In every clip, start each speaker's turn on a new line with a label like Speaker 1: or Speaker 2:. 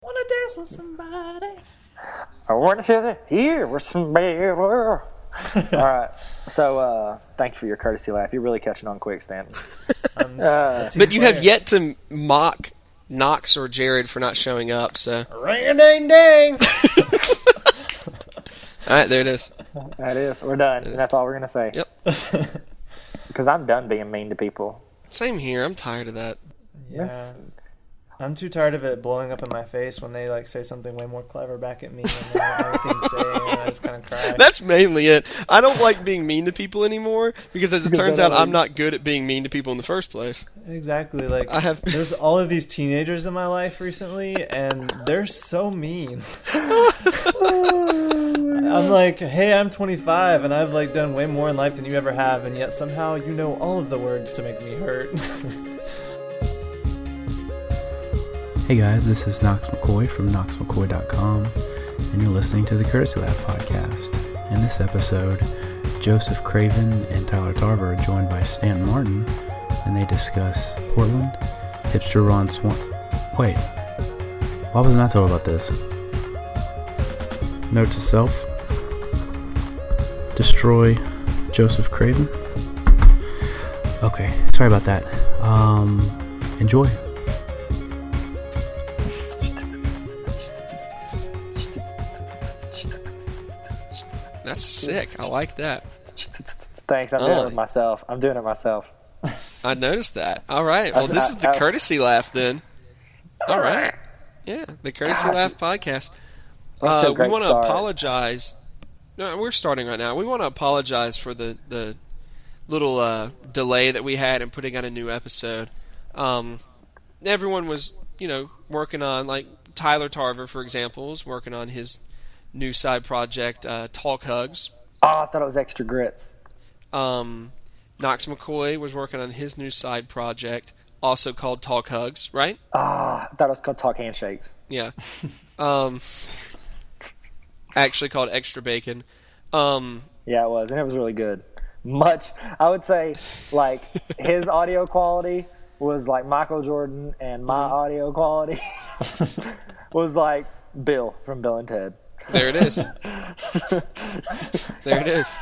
Speaker 1: wanna dance with somebody.
Speaker 2: I want to feel it here with some beer. All right. So, uh, thank you for your courtesy laugh. You're really catching on quick, Stanton.
Speaker 3: But you have yet to mock Knox or Jared for not showing up. So, all
Speaker 1: Ring a ding ding.
Speaker 3: right, there it is.
Speaker 2: That is. We're done. And that's all we're going to say. Yep. Because I'm done being mean to people.
Speaker 3: Same here. I'm tired of that.
Speaker 2: Yes.
Speaker 1: I'm too tired of it blowing up in my face when they like say something way more clever back at me and I don't know what they say and I just kind of cry.
Speaker 3: That's mainly it. I don't like being mean to people anymore because, as it turns
Speaker 2: they're
Speaker 3: out,
Speaker 2: not
Speaker 3: I'm not good at being mean to people in the first place.
Speaker 1: Exactly. Like
Speaker 3: I have-
Speaker 1: there's all of these teenagers in my life recently, and they're so mean. I'm like, hey, I'm 25, and I've like done way more in life than you ever have, and yet somehow you know all of the words to make me hurt.
Speaker 4: Hey guys, this is Knox McCoy from KnoxMcCoy.com, and you're listening to the Courtesy Lab podcast. In this episode, Joseph Craven and Tyler Tarver are joined by Stan Martin, and they discuss Portland, hipster Ron Swan. Wait, why wasn't I told about this? Note to self: destroy Joseph Craven. Okay, sorry about that. Um, enjoy.
Speaker 3: That's sick. I like that.
Speaker 2: Thanks. I'm doing
Speaker 3: Oh.
Speaker 2: it with myself. I'm doing it myself.
Speaker 3: I noticed that. All right. Well, this is the courtesy laugh then. All right. Yeah, the courtesy laugh podcast.
Speaker 2: That's a
Speaker 3: Uh, we
Speaker 2: great
Speaker 3: want to
Speaker 2: start.
Speaker 3: apologize. No, we're starting right now. We want to apologize for the the little uh, delay that we had in putting out a new episode. Um, everyone was, you know, working on like Tyler Tarver, for example, was working on his new side project, uh, Talk Hugs.
Speaker 2: Oh, I thought it was extra grits.
Speaker 3: Um, Knox McCoy was working on his new side project, also called Talk Hugs, right?
Speaker 2: Ah, I thought it was called Talk Handshakes.
Speaker 3: Yeah. um, actually called Extra Bacon. Um,
Speaker 2: Yeah, it was. And it was really good. Much, I would say, like, his audio quality was like Michael Jordan, and my
Speaker 3: Mm-hmm.
Speaker 2: audio quality was like Bill from Bill and Ted.
Speaker 3: there it is. there it is.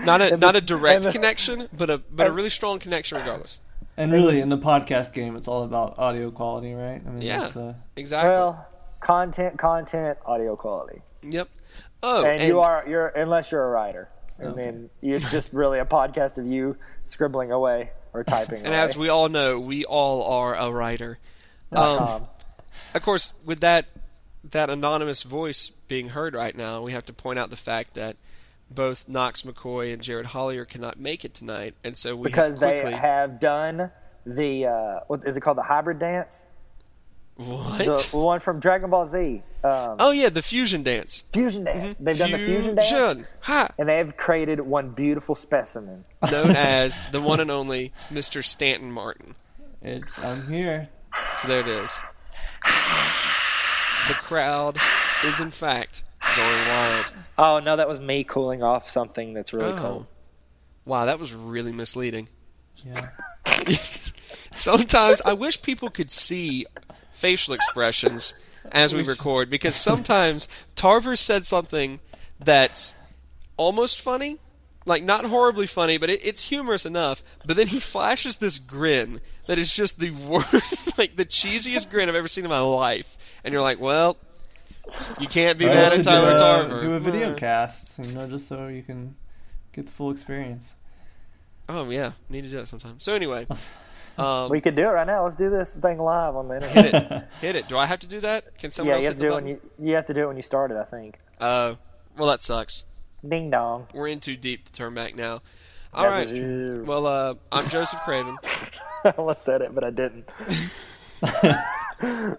Speaker 3: Not a not a direct
Speaker 2: and-
Speaker 3: connection, but a but a really strong connection regardless.
Speaker 1: and really, in the podcast game, it's all about audio quality, right? I mean,
Speaker 3: Yeah.
Speaker 1: that's the
Speaker 3: Exactly.
Speaker 2: Well, content, content, audio quality.
Speaker 3: yep. Oh,
Speaker 2: and, you are you're unless you're a writer and then it's just really a podcast of you scribbling away or typing
Speaker 3: And as we all know, we all are a writer. Um, of course, with that that anonymous voice being heard right now, we have to point out the fact that both Knox McCoy and Jared Hollier cannot make it tonight, and so we
Speaker 2: because
Speaker 3: have
Speaker 2: they
Speaker 3: quickly
Speaker 2: have done the uh, what is it called the hybrid dance the
Speaker 3: what?
Speaker 2: one from Dragon Ball Z um,
Speaker 3: oh yeah, the fusion dance.
Speaker 2: fusion dance they've done the fusion dance
Speaker 3: Mm-hmm. Fusion. ha!
Speaker 2: and they've created one beautiful specimen
Speaker 3: Known as the one and only Mr. Stanton Martin.
Speaker 1: it's I'm here.
Speaker 3: So there it is. The crowd is in fact going wild.
Speaker 2: oh no that was me cooling off something that's really cold
Speaker 3: Oh. Wow, that was really misleading. sometimes I wish people could see facial expressions as we record because sometimes Tarver said something that's almost funny, like not horribly funny, but it, it's humorous enough. But then he flashes this grin that is just the worst, like the cheesiest grin I've ever seen in my life. And you're like, well, you can't be mad at
Speaker 1: should
Speaker 3: Tyler
Speaker 1: do, a-
Speaker 3: Tarver.
Speaker 1: Do a video cast, you know, just so you can get the full experience.
Speaker 3: Oh yeah, need to do that sometime. So anyway, um,
Speaker 2: we could do it right now let's do this thing live on the internet
Speaker 3: hit it, hit it. Do I have to do that? Can someone
Speaker 2: yeah
Speaker 3: else
Speaker 2: you
Speaker 3: hit
Speaker 2: have to
Speaker 3: the
Speaker 2: do it when
Speaker 3: button?
Speaker 2: you, you have to do it when you started I think
Speaker 3: Uh, well, that sucks.
Speaker 2: ding dong
Speaker 3: We're in too deep to turn back now. All right.
Speaker 2: That's true.
Speaker 3: Well, uh, I'm Joseph Craven.
Speaker 2: I almost said it, but I didn't.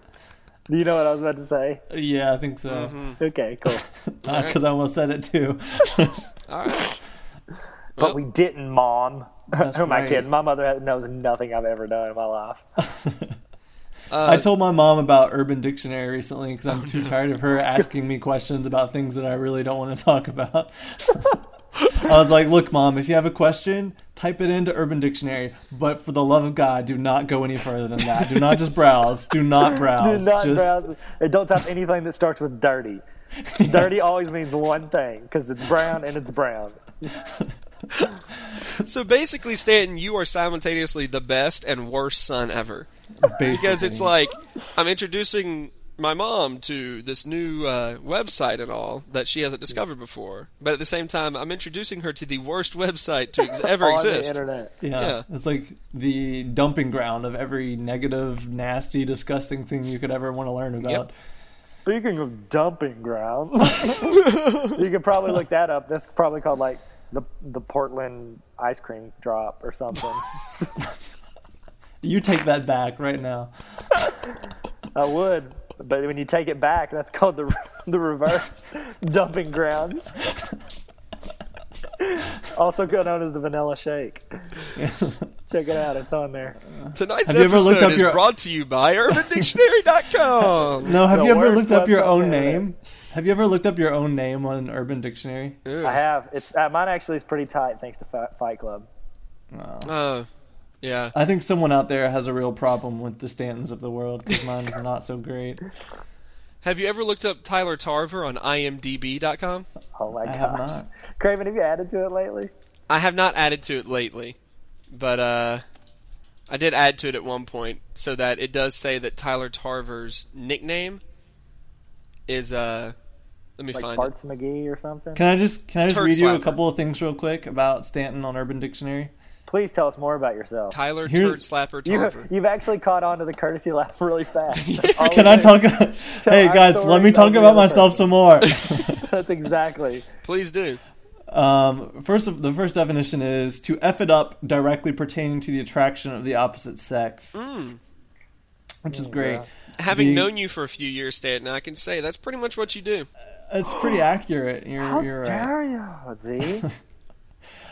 Speaker 2: Do you know what I was about to say?
Speaker 1: Yeah, I think so.
Speaker 3: Mm-hmm.
Speaker 2: Okay, cool.
Speaker 1: because I almost said it too.
Speaker 3: All right.
Speaker 2: But we didn't, Mom. Who am I
Speaker 1: right.
Speaker 2: kidding? My mother has- knows nothing I've ever done in my life.
Speaker 1: I told my mom about Urban Dictionary recently because
Speaker 3: Oh,
Speaker 1: I'm too tired of her asking me questions about things that I really don't want to talk about. I was like, look, mom, if you have a question, type it into Urban Dictionary. But for the love of God, do not go any further than that. Do not just browse. Do not
Speaker 2: Do
Speaker 1: browse.
Speaker 2: not
Speaker 1: just,
Speaker 2: browse. And don't type anything that starts with dirty. Dirty always means one thing because it's brown and it's brown.
Speaker 3: So basically, Stanton, you are simultaneously the best and worst son ever. Because it's
Speaker 1: basically.
Speaker 3: like I'm introducing my mom to this new uh, website and all that she hasn't discovered before, but at the same time, I'm introducing her to the worst website to ex- ever
Speaker 2: on the
Speaker 3: exist.
Speaker 2: internet.
Speaker 1: Yeah,
Speaker 3: Yeah.
Speaker 1: it's like the dumping ground of every negative, nasty, disgusting thing you could ever want to learn about.
Speaker 2: Speaking of dumping ground, you could probably look that up. That's probably called like the the Portland ice cream drop or something.
Speaker 1: You take that back right now.
Speaker 2: I would, but when you take it back, that's called the the reverse dumping grounds. also known as the vanilla shake. Check it out; it's on there.
Speaker 3: Tonight's
Speaker 1: Have you ever looked
Speaker 3: episode
Speaker 1: up
Speaker 3: is
Speaker 1: your-
Speaker 3: brought to you by UrbanDictionary.com.
Speaker 1: No, have
Speaker 2: The
Speaker 1: you ever
Speaker 2: worst
Speaker 1: looked up your
Speaker 2: website
Speaker 1: own
Speaker 2: ever.
Speaker 1: name? Have you ever looked up your own name on an Urban Dictionary?
Speaker 2: I have. It's uh, mine actually is pretty tight thanks to Fi- Fight Club.
Speaker 3: Uh, yeah.
Speaker 1: I think someone out there has a real problem with the Stantons of the world because mine's not so great.
Speaker 3: Have you ever looked up Tyler Tarver on IMDb.com?
Speaker 2: Oh my
Speaker 1: I
Speaker 2: gosh,
Speaker 1: have not.
Speaker 2: Craven, have you added to it lately?
Speaker 3: I have not added to it lately, but uh, I did add to it at one point so that it does say that Tyler Tarver's nickname is uh, let me
Speaker 2: Like
Speaker 3: find
Speaker 2: Parts McGee or something?
Speaker 1: Can I just can I just
Speaker 3: Turd
Speaker 1: read you a
Speaker 3: slapper.
Speaker 1: couple of things real quick about Stanton on Urban Dictionary?
Speaker 2: Please tell us more about yourself.
Speaker 3: it. Tyler Turd
Speaker 1: Here's-
Speaker 3: Slapper
Speaker 2: You,
Speaker 3: Tarver.
Speaker 2: you've actually caught on to the courtesy laugh really fast. That's all
Speaker 1: Can
Speaker 2: it
Speaker 1: I
Speaker 2: takes.
Speaker 1: talk?
Speaker 2: Oh, Tell
Speaker 1: hey
Speaker 2: our
Speaker 1: guys, let me
Speaker 2: stories
Speaker 1: talk
Speaker 2: of the
Speaker 1: about
Speaker 2: other
Speaker 1: myself
Speaker 2: person.
Speaker 1: some more.
Speaker 2: That's exactly.
Speaker 3: Please do.
Speaker 1: Um, first, of, the first definition is to f it up directly pertaining to the attraction of the opposite sex,
Speaker 2: Mm.
Speaker 1: which is great.
Speaker 3: Having
Speaker 1: The-
Speaker 3: known you for a few years, Stanton, I can say that's pretty much what you do.
Speaker 1: It's pretty accurate. You're,
Speaker 2: How
Speaker 1: you're right.
Speaker 2: dare you, Z?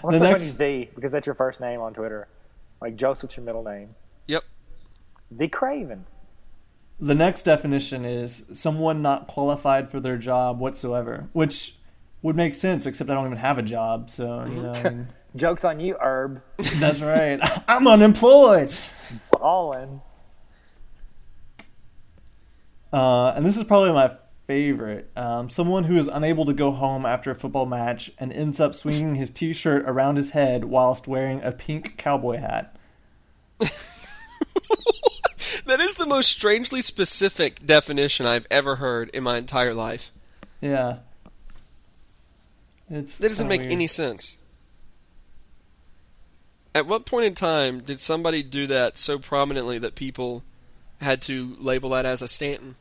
Speaker 2: I'm going
Speaker 1: next-
Speaker 2: next... Z because that's your first name on Twitter. Like Joseph's your middle name.
Speaker 3: Yep.
Speaker 2: The Craven.
Speaker 1: The next definition is someone not qualified for their job whatsoever, which would make sense. Except I don't even have a job, so
Speaker 2: Mm-hmm.
Speaker 1: you know I mean,
Speaker 2: Joke's on you, Herb.
Speaker 1: that's right. I'm unemployed.
Speaker 2: Ballin.
Speaker 1: Uh, and this is probably my favorite. Um, someone who is unable to go home after a football match and ends up swinging his T-shirt around his head whilst wearing a pink cowboy hat.
Speaker 3: That is the most strangely specific definition I've ever heard in my entire life.
Speaker 1: Yeah, it's
Speaker 3: That doesn't
Speaker 1: kinda
Speaker 3: make
Speaker 1: weird.
Speaker 3: any sense. At what point in time did somebody do that so prominently that people had to label that as a Stanton?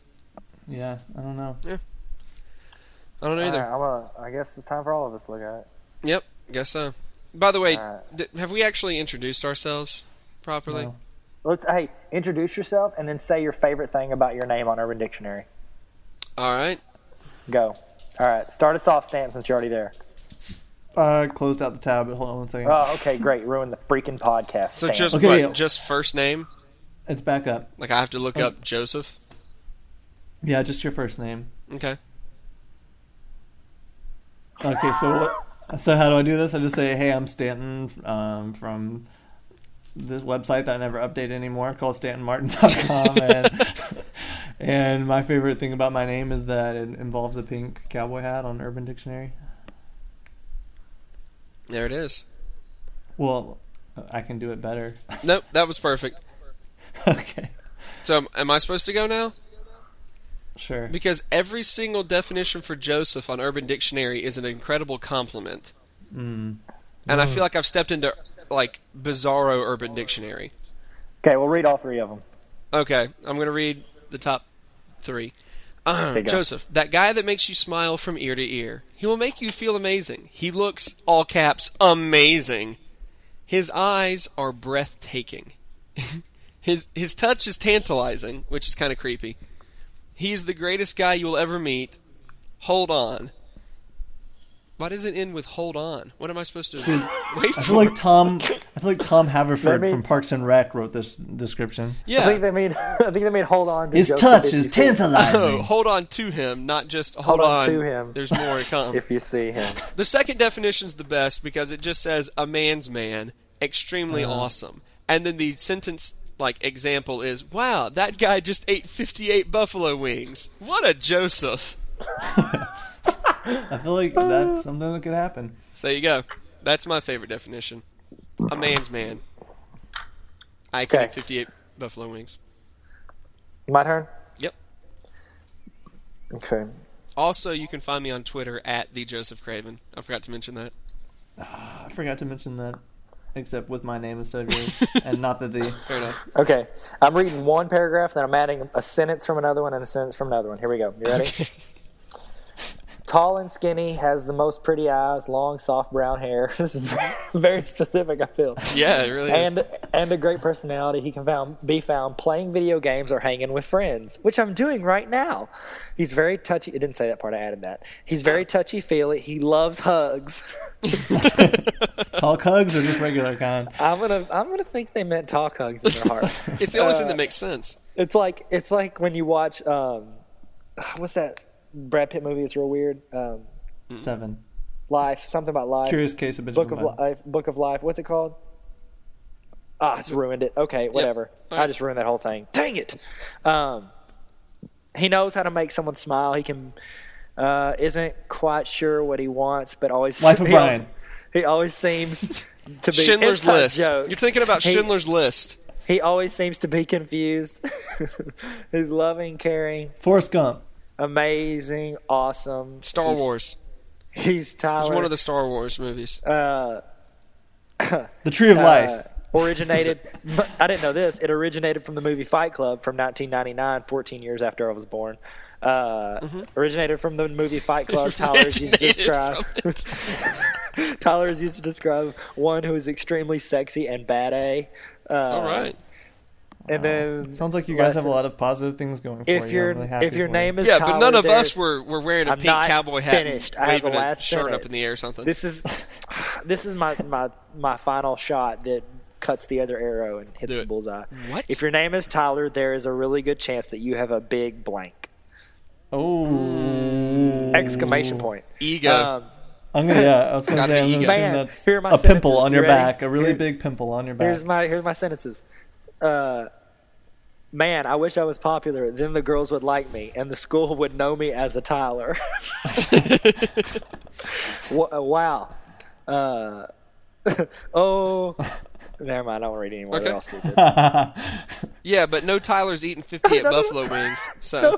Speaker 1: Yeah, I don't know.
Speaker 3: I don't know
Speaker 2: All
Speaker 3: either.
Speaker 2: right, Uh, I'm a, I guess it's time for all of us to look at it.
Speaker 3: Yep, guess so. By the way,
Speaker 2: Alright.
Speaker 3: d- have we actually introduced ourselves properly?
Speaker 1: No.
Speaker 2: Let's, hey, introduce yourself and then say your favorite thing about your name on Urban Dictionary.
Speaker 3: All right.
Speaker 2: Go. All right, start us off, Stan, since you're already there.
Speaker 1: I closed out the tab, but hold on one second.
Speaker 3: Uh,
Speaker 2: Oh, okay, great. Ruin the freaking podcast.
Speaker 3: So
Speaker 2: Stan.
Speaker 3: just
Speaker 1: Okay,
Speaker 3: what?
Speaker 1: yeah.
Speaker 3: Just first name?
Speaker 1: it's back up.
Speaker 3: Like I have to look up Joseph?
Speaker 1: Yeah, just your first name.
Speaker 3: Okay.
Speaker 1: Okay, so what, so how do I do this? I just say, "Hey, I'm Stanton um, from this website that I never update anymore called StantonMartin.com," and and my favorite thing about my name is that it involves a pink cowboy hat on Urban Dictionary.
Speaker 3: There it is.
Speaker 1: Well, I can do it better.
Speaker 3: Nope, that was perfect.
Speaker 1: okay,
Speaker 3: So am- am I supposed to go now?
Speaker 1: sure.
Speaker 3: Because every single definition for Joseph on Urban Dictionary is an incredible compliment. And I feel like I've stepped into like bizarro Urban Dictionary.
Speaker 2: okay, we'll read all three of them.
Speaker 3: Okay, I'm gonna read the top three. Um,
Speaker 2: Okay, go.
Speaker 3: Joseph, that guy that makes you smile from ear to ear. He will make you feel amazing. He looks all caps amazing. His eyes are breathtaking. his his touch is tantalizing, which is kind of creepy. He is the greatest guy you will ever meet. Hold on. Why does it end with "hold on"? What am I supposed to wait
Speaker 1: I
Speaker 3: for?
Speaker 1: feel like Tom. I feel like Tom Haverford
Speaker 2: Maybe-
Speaker 1: from Parks and Rec wrote this description.
Speaker 3: yeah.
Speaker 2: I think they made. I think they made hold on. To
Speaker 1: His
Speaker 2: Joseph
Speaker 1: touch
Speaker 2: if you
Speaker 1: is
Speaker 2: see him.
Speaker 1: tantalizing.
Speaker 3: Oh, hold on to him, not just hold,
Speaker 2: Hold on to him.
Speaker 3: There's more to come.
Speaker 2: If you see him,
Speaker 3: the second definition's the best because it just says a man's man, extremely
Speaker 2: Uh-huh.
Speaker 3: awesome. And then the sentence like example is, wow, that guy just ate 58 buffalo wings. What a Joseph.
Speaker 1: I feel like that's something that could happen.
Speaker 3: So there you go. That's my favorite definition. A man's man. I can
Speaker 2: Okay.
Speaker 3: eat 58 buffalo wings.
Speaker 2: my turn.
Speaker 3: Yep.
Speaker 2: Okay.
Speaker 3: Also, you can find me on Twitter at the Joseph Craven. I forgot to mention that.
Speaker 1: I forgot to mention that, except with my name instead of yours, and not that the.
Speaker 3: Fair enough.
Speaker 2: Okay. I'm reading one paragraph, then I'm adding a sentence from another one and a sentence from another one. Here we go. You ready? Tall and skinny, has the most pretty eyes, long, soft brown hair. this is very, very specific, I feel.
Speaker 3: Yeah, it really is.
Speaker 2: And and a great personality. He can found, be found playing video games or hanging with friends, which I'm doing right now. He's very touchy. It didn't say that part. I added that. He's very touchy feely. He loves hugs.
Speaker 1: Talk hugs or just regular kind?
Speaker 2: I'm gonna I'm gonna think they meant talk hugs in their heart.
Speaker 3: It's the only thing that makes sense.
Speaker 2: It's like it's like when you watch um, what's that Brad Pitt movie? It's real weird. Um,
Speaker 1: Seven.
Speaker 2: life, something about life.
Speaker 1: Curious Case of Benjamin
Speaker 2: Book of
Speaker 1: Button.
Speaker 2: life. Book of life. What's it called? Ah, it's ruined it. Okay, whatever.
Speaker 3: All right.
Speaker 2: I just ruined that whole thing. Dang it! Um, he knows how to make someone smile. He can. Uh, isn't quite sure what he wants, but always
Speaker 1: Life of
Speaker 2: he,
Speaker 1: Brian.
Speaker 2: He always seems to be
Speaker 3: Schindler's
Speaker 2: inside
Speaker 3: List.
Speaker 2: joke.
Speaker 3: You're thinking about
Speaker 2: Hey.
Speaker 3: Schindler's List.
Speaker 2: He always seems to be confused. He's loving, caring,
Speaker 1: Forrest Gump.
Speaker 2: amazing, awesome.
Speaker 3: Star
Speaker 2: he's,
Speaker 3: Wars.
Speaker 2: He's Tyler.
Speaker 3: It's one of the Star Wars movies.
Speaker 2: uh,
Speaker 1: The Tree of
Speaker 2: uh,
Speaker 1: Life.
Speaker 2: originated. I didn't know this. It originated from the movie Fight Club from 1999, 14 years after I was born. Uh, Originated from the movie Fight Club. Tyler is used to
Speaker 3: Mm-hmm. Originated
Speaker 2: describe.
Speaker 3: from it.
Speaker 2: Tyler is used to describe one who is extremely sexy and bad A. Uh,
Speaker 3: All right.
Speaker 2: And then
Speaker 1: Sounds like you guys have a
Speaker 2: lessons.
Speaker 1: lot of positive things going for you.
Speaker 2: If
Speaker 1: I'm
Speaker 2: your
Speaker 1: really happy
Speaker 2: if your
Speaker 1: for
Speaker 2: name
Speaker 1: you.
Speaker 2: is
Speaker 3: Yeah, but none
Speaker 2: Tyler
Speaker 3: of us
Speaker 2: Derrick-
Speaker 3: were, were wearing a
Speaker 2: I'm
Speaker 3: pink
Speaker 2: not
Speaker 3: cowboy hat,
Speaker 2: finished. I
Speaker 3: and
Speaker 2: have
Speaker 3: waving
Speaker 2: the last
Speaker 3: a shirt up
Speaker 2: sentence.
Speaker 3: in the air or something.
Speaker 2: This is this is my, my my final shot that cuts the other arrow and hits
Speaker 3: Do
Speaker 2: the
Speaker 3: it.
Speaker 2: bullseye.
Speaker 3: What?
Speaker 2: If your name is Tyler, there is a really good chance that you have a big blank.
Speaker 1: oh,
Speaker 2: Exclamation point.
Speaker 3: Ego.
Speaker 2: Um,
Speaker 1: I'm gonna yeah. I was gonna
Speaker 3: Gotta
Speaker 1: say I'm
Speaker 3: be
Speaker 1: gonna
Speaker 3: ego.
Speaker 1: assume
Speaker 2: Man,
Speaker 1: that's
Speaker 2: here are my
Speaker 1: a pimple
Speaker 2: sentences.
Speaker 1: on
Speaker 2: You
Speaker 1: your
Speaker 2: ready?
Speaker 1: back, a really
Speaker 2: Here-
Speaker 1: big pimple on your back.
Speaker 2: here's my here's my sentences. Uh Man, I wish I was popular. Then the girls would like me, and the school would know me as a Tyler. Wa- wow. Uh, oh, never mind. I don't want to read anymore.
Speaker 3: Okay.
Speaker 2: They're all stupid.
Speaker 3: yeah, but no Tyler's eating 58
Speaker 2: Another
Speaker 3: buffalo wings. So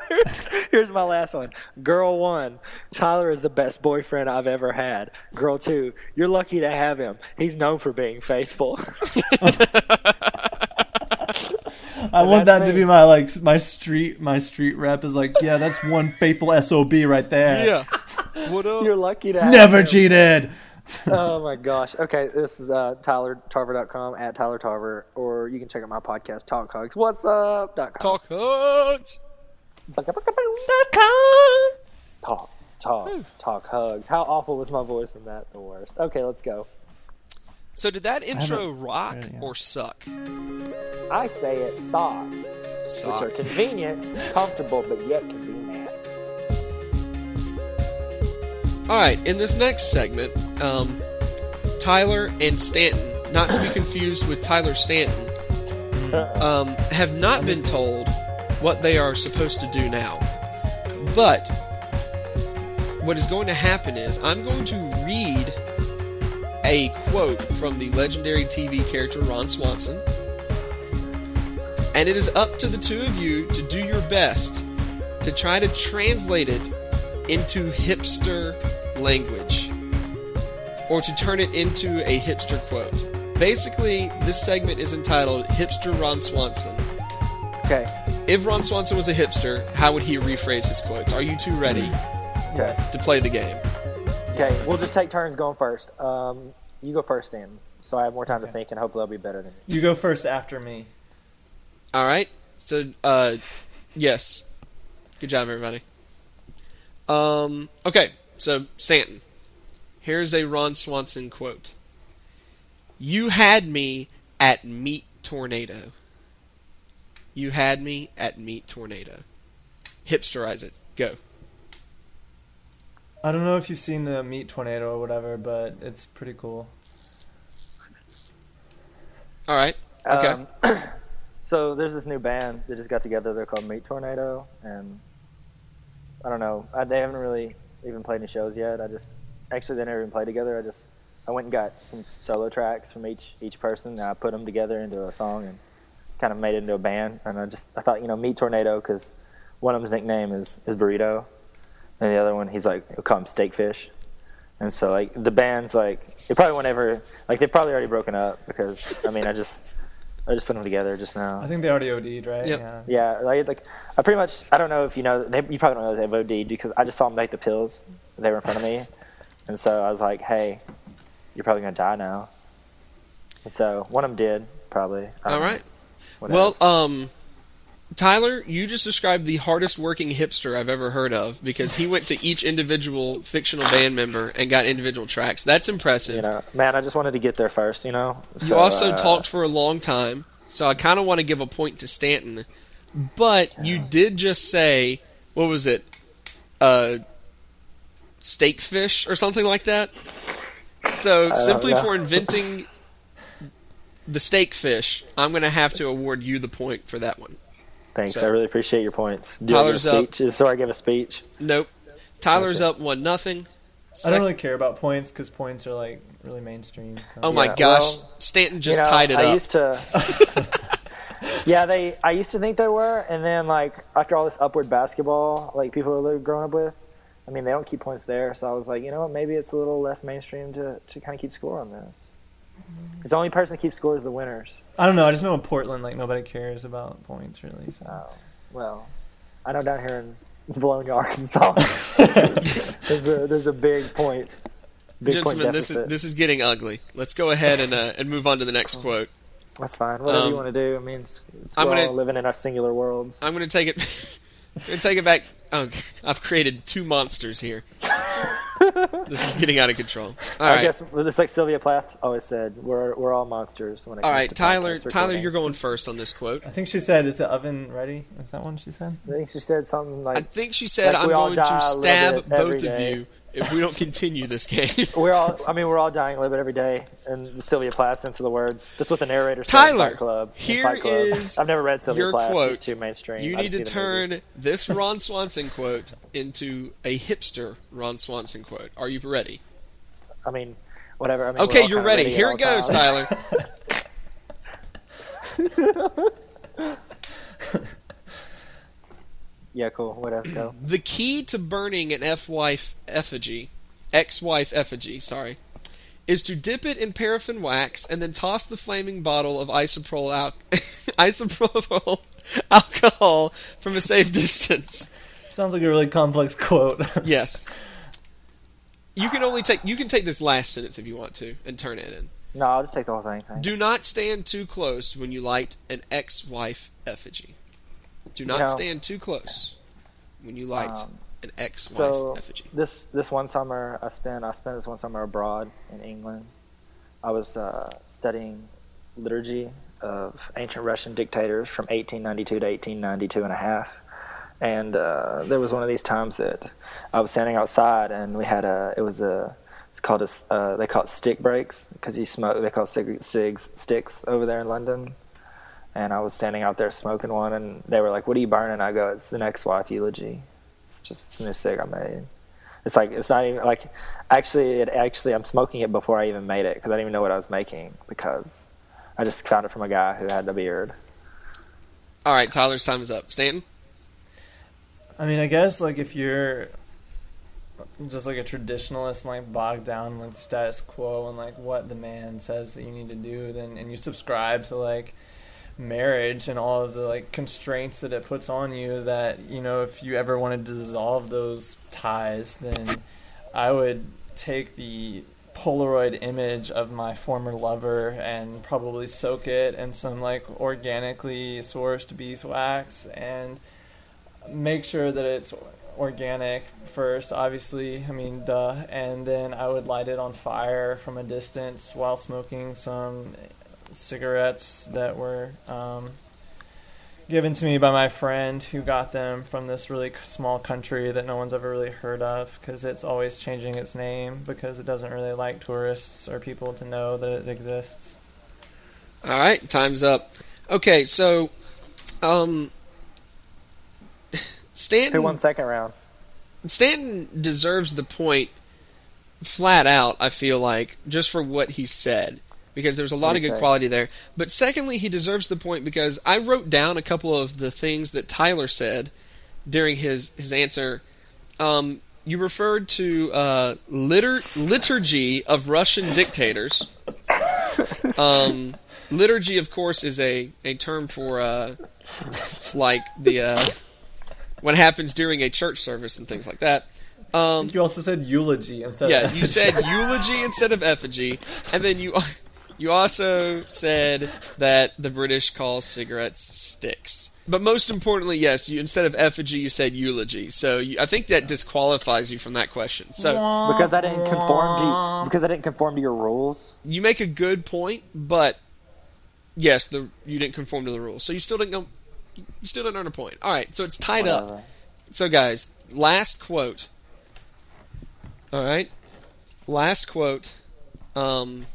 Speaker 2: Here's my last one. Girl one, Tyler is the best boyfriend I've ever had. Girl two, you're lucky to have him. He's known for being faithful.
Speaker 1: I want
Speaker 2: that's
Speaker 1: that to
Speaker 2: me.
Speaker 1: be my like my street my street rep is like yeah that's one faithful sob right there.
Speaker 3: yeah. What up?
Speaker 2: you're lucky to have
Speaker 1: Never
Speaker 2: him.
Speaker 1: cheated.
Speaker 2: Oh my gosh. Okay, this is uh, TylerTarver.com at Tyler Tarver, or you can check out my podcast, Talk Hogs. What's up? Dot com.
Speaker 3: Talk hugs.
Speaker 2: Talk, talk, talk hugs. How awful was my voice in that? The worst. Okay, let's go.
Speaker 3: So did that intro rock
Speaker 1: yeah.
Speaker 3: or suck?
Speaker 2: I say it sock, which are
Speaker 3: Suck.
Speaker 2: convenient, comfortable, but yet can be nasty.
Speaker 3: All right, in this next segment, um, Tyler and Stanton, not to be confused with Tyler Stanton, um, have not been told what they are supposed to do now. But what is going to happen is I'm going to read a quote from the legendary TV character Ron Swanson, and it is up to the two of you to do your best to try to translate it into hipster language or to turn it into a hipster quote. Basically, this segment is entitled Hipster Ron Swanson.
Speaker 2: Okay.
Speaker 3: If Ron Swanson was a hipster, how would he rephrase his quotes? Are you two ready
Speaker 2: Okay.
Speaker 3: to play the game?
Speaker 2: Okay. We'll just take turns going first. Um, you go first, Dan. So I have more time to think, and hopefully I'll be better than you.
Speaker 1: You go first after me.
Speaker 3: All right. So, uh, yes. Good job, everybody. Um, okay. So, Stanton. Here's a Ron Swanson quote You had me at Meat Tornado. You had me at Meat Tornado. Hipsterize it. Go.
Speaker 1: I don't know if you've seen the Meat Tornado or whatever, but it's pretty cool.
Speaker 3: All right. Okay.
Speaker 2: Um, so there's this new band that just got together. They're called Meat Tornado, and I don't know. I, they haven't really even played any shows yet. I just actually they never even played together. I just I went and got some solo tracks from each each person, and I put them together into a song and kind of made it into a band. And I just I thought you know Meat Tornado because one of them's nickname is is Burrito, and the other one he's like we call him Steakfish. And so like the band's like it probably won't ever like they've probably already broken up because I mean I just I just put them together just now.
Speaker 1: I think they already OD'd, right?
Speaker 3: Yep.
Speaker 1: Yeah.
Speaker 2: Yeah, like, like I pretty much I don't know if you know they, you probably don't know they have OD because I just saw them take the pills. They were in front of me, and so I was like, "Hey, you're probably gonna die now." And so one of them did probably.
Speaker 3: All right.
Speaker 2: whatever.
Speaker 3: Well, um, Tyler, you just described the hardest working hipster I've ever heard of because he went to each individual fictional band member and got individual tracks. That's impressive.
Speaker 2: you
Speaker 3: You,
Speaker 2: know, man, I just wanted to get there first. You know. So,
Speaker 3: also
Speaker 2: uh,
Speaker 3: talked for a long time, so I kind of want to give a point to Stanton. But you did just say, what was it? Uh, steakfish or something like that? So, simply
Speaker 2: know.
Speaker 3: for inventing the steakfish, I'm going to have to award you the point for that one.
Speaker 2: Thanks,
Speaker 3: so-
Speaker 2: I really appreciate your points. Do
Speaker 3: Tyler's
Speaker 2: I
Speaker 3: up.
Speaker 2: give a speech? So I give a speech.
Speaker 3: Nope. Tyler's
Speaker 2: Okay.
Speaker 3: up one nothing.
Speaker 1: I don't really care about points because points are like really mainstream. so-
Speaker 3: oh my
Speaker 2: Yeah,
Speaker 3: gosh,
Speaker 2: well,
Speaker 3: Stanton
Speaker 2: You
Speaker 3: just
Speaker 2: know,
Speaker 3: tied it
Speaker 2: I
Speaker 3: up.
Speaker 2: used to. yeah, they. I used to think they were, and then like after all this upward basketball, like people are growing up with. I mean, they don't keep points there, so I was like, you know what? Maybe it's a little less mainstream to, to kind of keep score on this. Because the only person that keeps score is the winners.
Speaker 1: I don't know. I just know in Portland, like nobody cares about points really. So.
Speaker 2: Oh, well, I know down here in Bologna, Arkansas, there's a there's a big point. Big
Speaker 3: Gentlemen,
Speaker 2: point
Speaker 3: this is
Speaker 2: deficit. Oh.
Speaker 3: this is getting ugly. Let's go ahead and uh, and move on to the next quote.
Speaker 2: That's fine. Whatever
Speaker 3: um,
Speaker 2: you want to do. I mean, it's, it's
Speaker 3: I'm
Speaker 2: we're
Speaker 3: gonna-
Speaker 2: all living in our singular worlds.
Speaker 3: I'm gonna take it. I'm gonna take it back. Oh, I've created two monsters here. this is getting out of control. All
Speaker 2: I
Speaker 3: right,
Speaker 2: guess it's like Sylvia Plath always said, "We're we're all monsters." When it
Speaker 3: all
Speaker 2: comes
Speaker 3: right,
Speaker 2: to
Speaker 3: Tyler.
Speaker 2: podcast
Speaker 3: Tyler,
Speaker 2: recordings.
Speaker 3: you're going first on this quote.
Speaker 1: I think she said, "Is the oven ready?" Is that one she said?
Speaker 2: I think she said something
Speaker 3: I
Speaker 2: like,
Speaker 3: think she said,
Speaker 2: Like,
Speaker 3: "I'm
Speaker 2: we all
Speaker 3: going to
Speaker 2: die a little
Speaker 3: stab
Speaker 2: bit every
Speaker 3: both of
Speaker 2: day."
Speaker 3: you if we don't continue this game."
Speaker 2: "We're all." I mean, we're all dying a little bit every day, and the Sylvia Plath sense of the words. That's what the narrator said. in
Speaker 3: Tyler,
Speaker 2: Fight Club. In
Speaker 3: here
Speaker 2: Fight Club.
Speaker 3: is
Speaker 2: I've never read Sylvia
Speaker 3: your
Speaker 2: Plath.
Speaker 3: quote.
Speaker 2: It's too mainstream.
Speaker 3: You
Speaker 2: I
Speaker 3: need
Speaker 2: just
Speaker 3: to
Speaker 2: see the movie.
Speaker 3: turn this Ron Swanson quote into a hipster Ron Swanson quote. Are you ready?
Speaker 2: I mean, whatever. I mean, we're
Speaker 3: Okay,
Speaker 2: all
Speaker 3: you're
Speaker 2: kinda
Speaker 3: ready.
Speaker 2: at
Speaker 3: Here
Speaker 2: all
Speaker 3: it goes,
Speaker 2: times.
Speaker 3: Tyler.
Speaker 2: Yeah, cool. Whatever. Go.
Speaker 3: The key to burning an F-wife effigy, ex-wife effigy, sorry, is to dip it in paraffin wax and then toss the flaming bottle of isopropyl, al- isopropyl alcohol from a safe distance.
Speaker 1: Sounds like a really complex quote.
Speaker 3: Yes. You can only take you can take this last sentence if you want to and turn it in.
Speaker 2: No, I'll just take the whole thing. thanks.
Speaker 3: Do not stand too close when you light an ex-wife effigy. Do not
Speaker 2: No.
Speaker 3: stand too close when you light
Speaker 2: Um,
Speaker 3: an ex-wife
Speaker 2: so
Speaker 3: effigy.
Speaker 2: this this one summer I spent I spent this one summer abroad in England. I was uh, studying liturgy of ancient Russian dictators from 1892 to 1892 and a half. And uh, there was one of these times that I was standing outside, and we had a. It was a. It's called a. s- Uh, they call it stick breaks because you smoke. They call cig- cigs sticks over there in London. And I was standing out there smoking one, and they were like, "What are you burning?" I go, "It's the next wife eulogy." It's just it's a new cig I made. It's like it's not even like actually it actually I'm smoking it before I even made it because I didn't even know what I was making because I just found it from a guy who had a beard.
Speaker 3: All right, Tyler's time is up. Stanton.
Speaker 1: I mean, I guess like if you're just like a traditionalist, and, like bogged down in, like the status quo and like what the man says that you need to do, then and you subscribe to like marriage and all of the like constraints that it puts on you. That you know, if you ever want to dissolve those ties, then I would take the Polaroid image of my former lover and probably soak it in some like organically sourced beeswax and make sure that it's organic first, obviously. I mean, duh. And then I would light it on fire from a distance while smoking some cigarettes that were um, given to me by my friend who got them from this really c- small country that no one's ever really heard of because it's always changing its name because it doesn't really like tourists or people to know that it exists.
Speaker 3: All right, time's up. Okay, so, um,
Speaker 2: Who
Speaker 3: Stanton
Speaker 2: won second round?
Speaker 3: Stanton deserves the point flat out, I feel like, just for what he said. Because there's a lot of
Speaker 2: What'd he
Speaker 3: good
Speaker 2: say?
Speaker 3: quality there. But secondly, he deserves the point because I wrote down a couple of the things that Tyler said during his, his answer. Um, you referred to uh, litur- liturgy of Russian dictators. Um, liturgy, of course, is a, a term for uh, like the uh, what happens during a church service and things like that. Um,
Speaker 1: You also said eulogy instead
Speaker 3: yeah, you said eulogy instead of effigy, and then you you also said that the British call cigarettes sticks. But most importantly, yes, you instead of effigy, you said eulogy. So you, I think that disqualifies you from that question. So
Speaker 2: Because I didn't conform to because I didn't conform to your rules.
Speaker 3: you make a good point, but yes, the you didn't conform to the rules, so you still didn't go. You still didn't earn a point. All right, so it's tied up.
Speaker 2: Whatever.
Speaker 3: So, guys, last quote. All right, last quote. Um,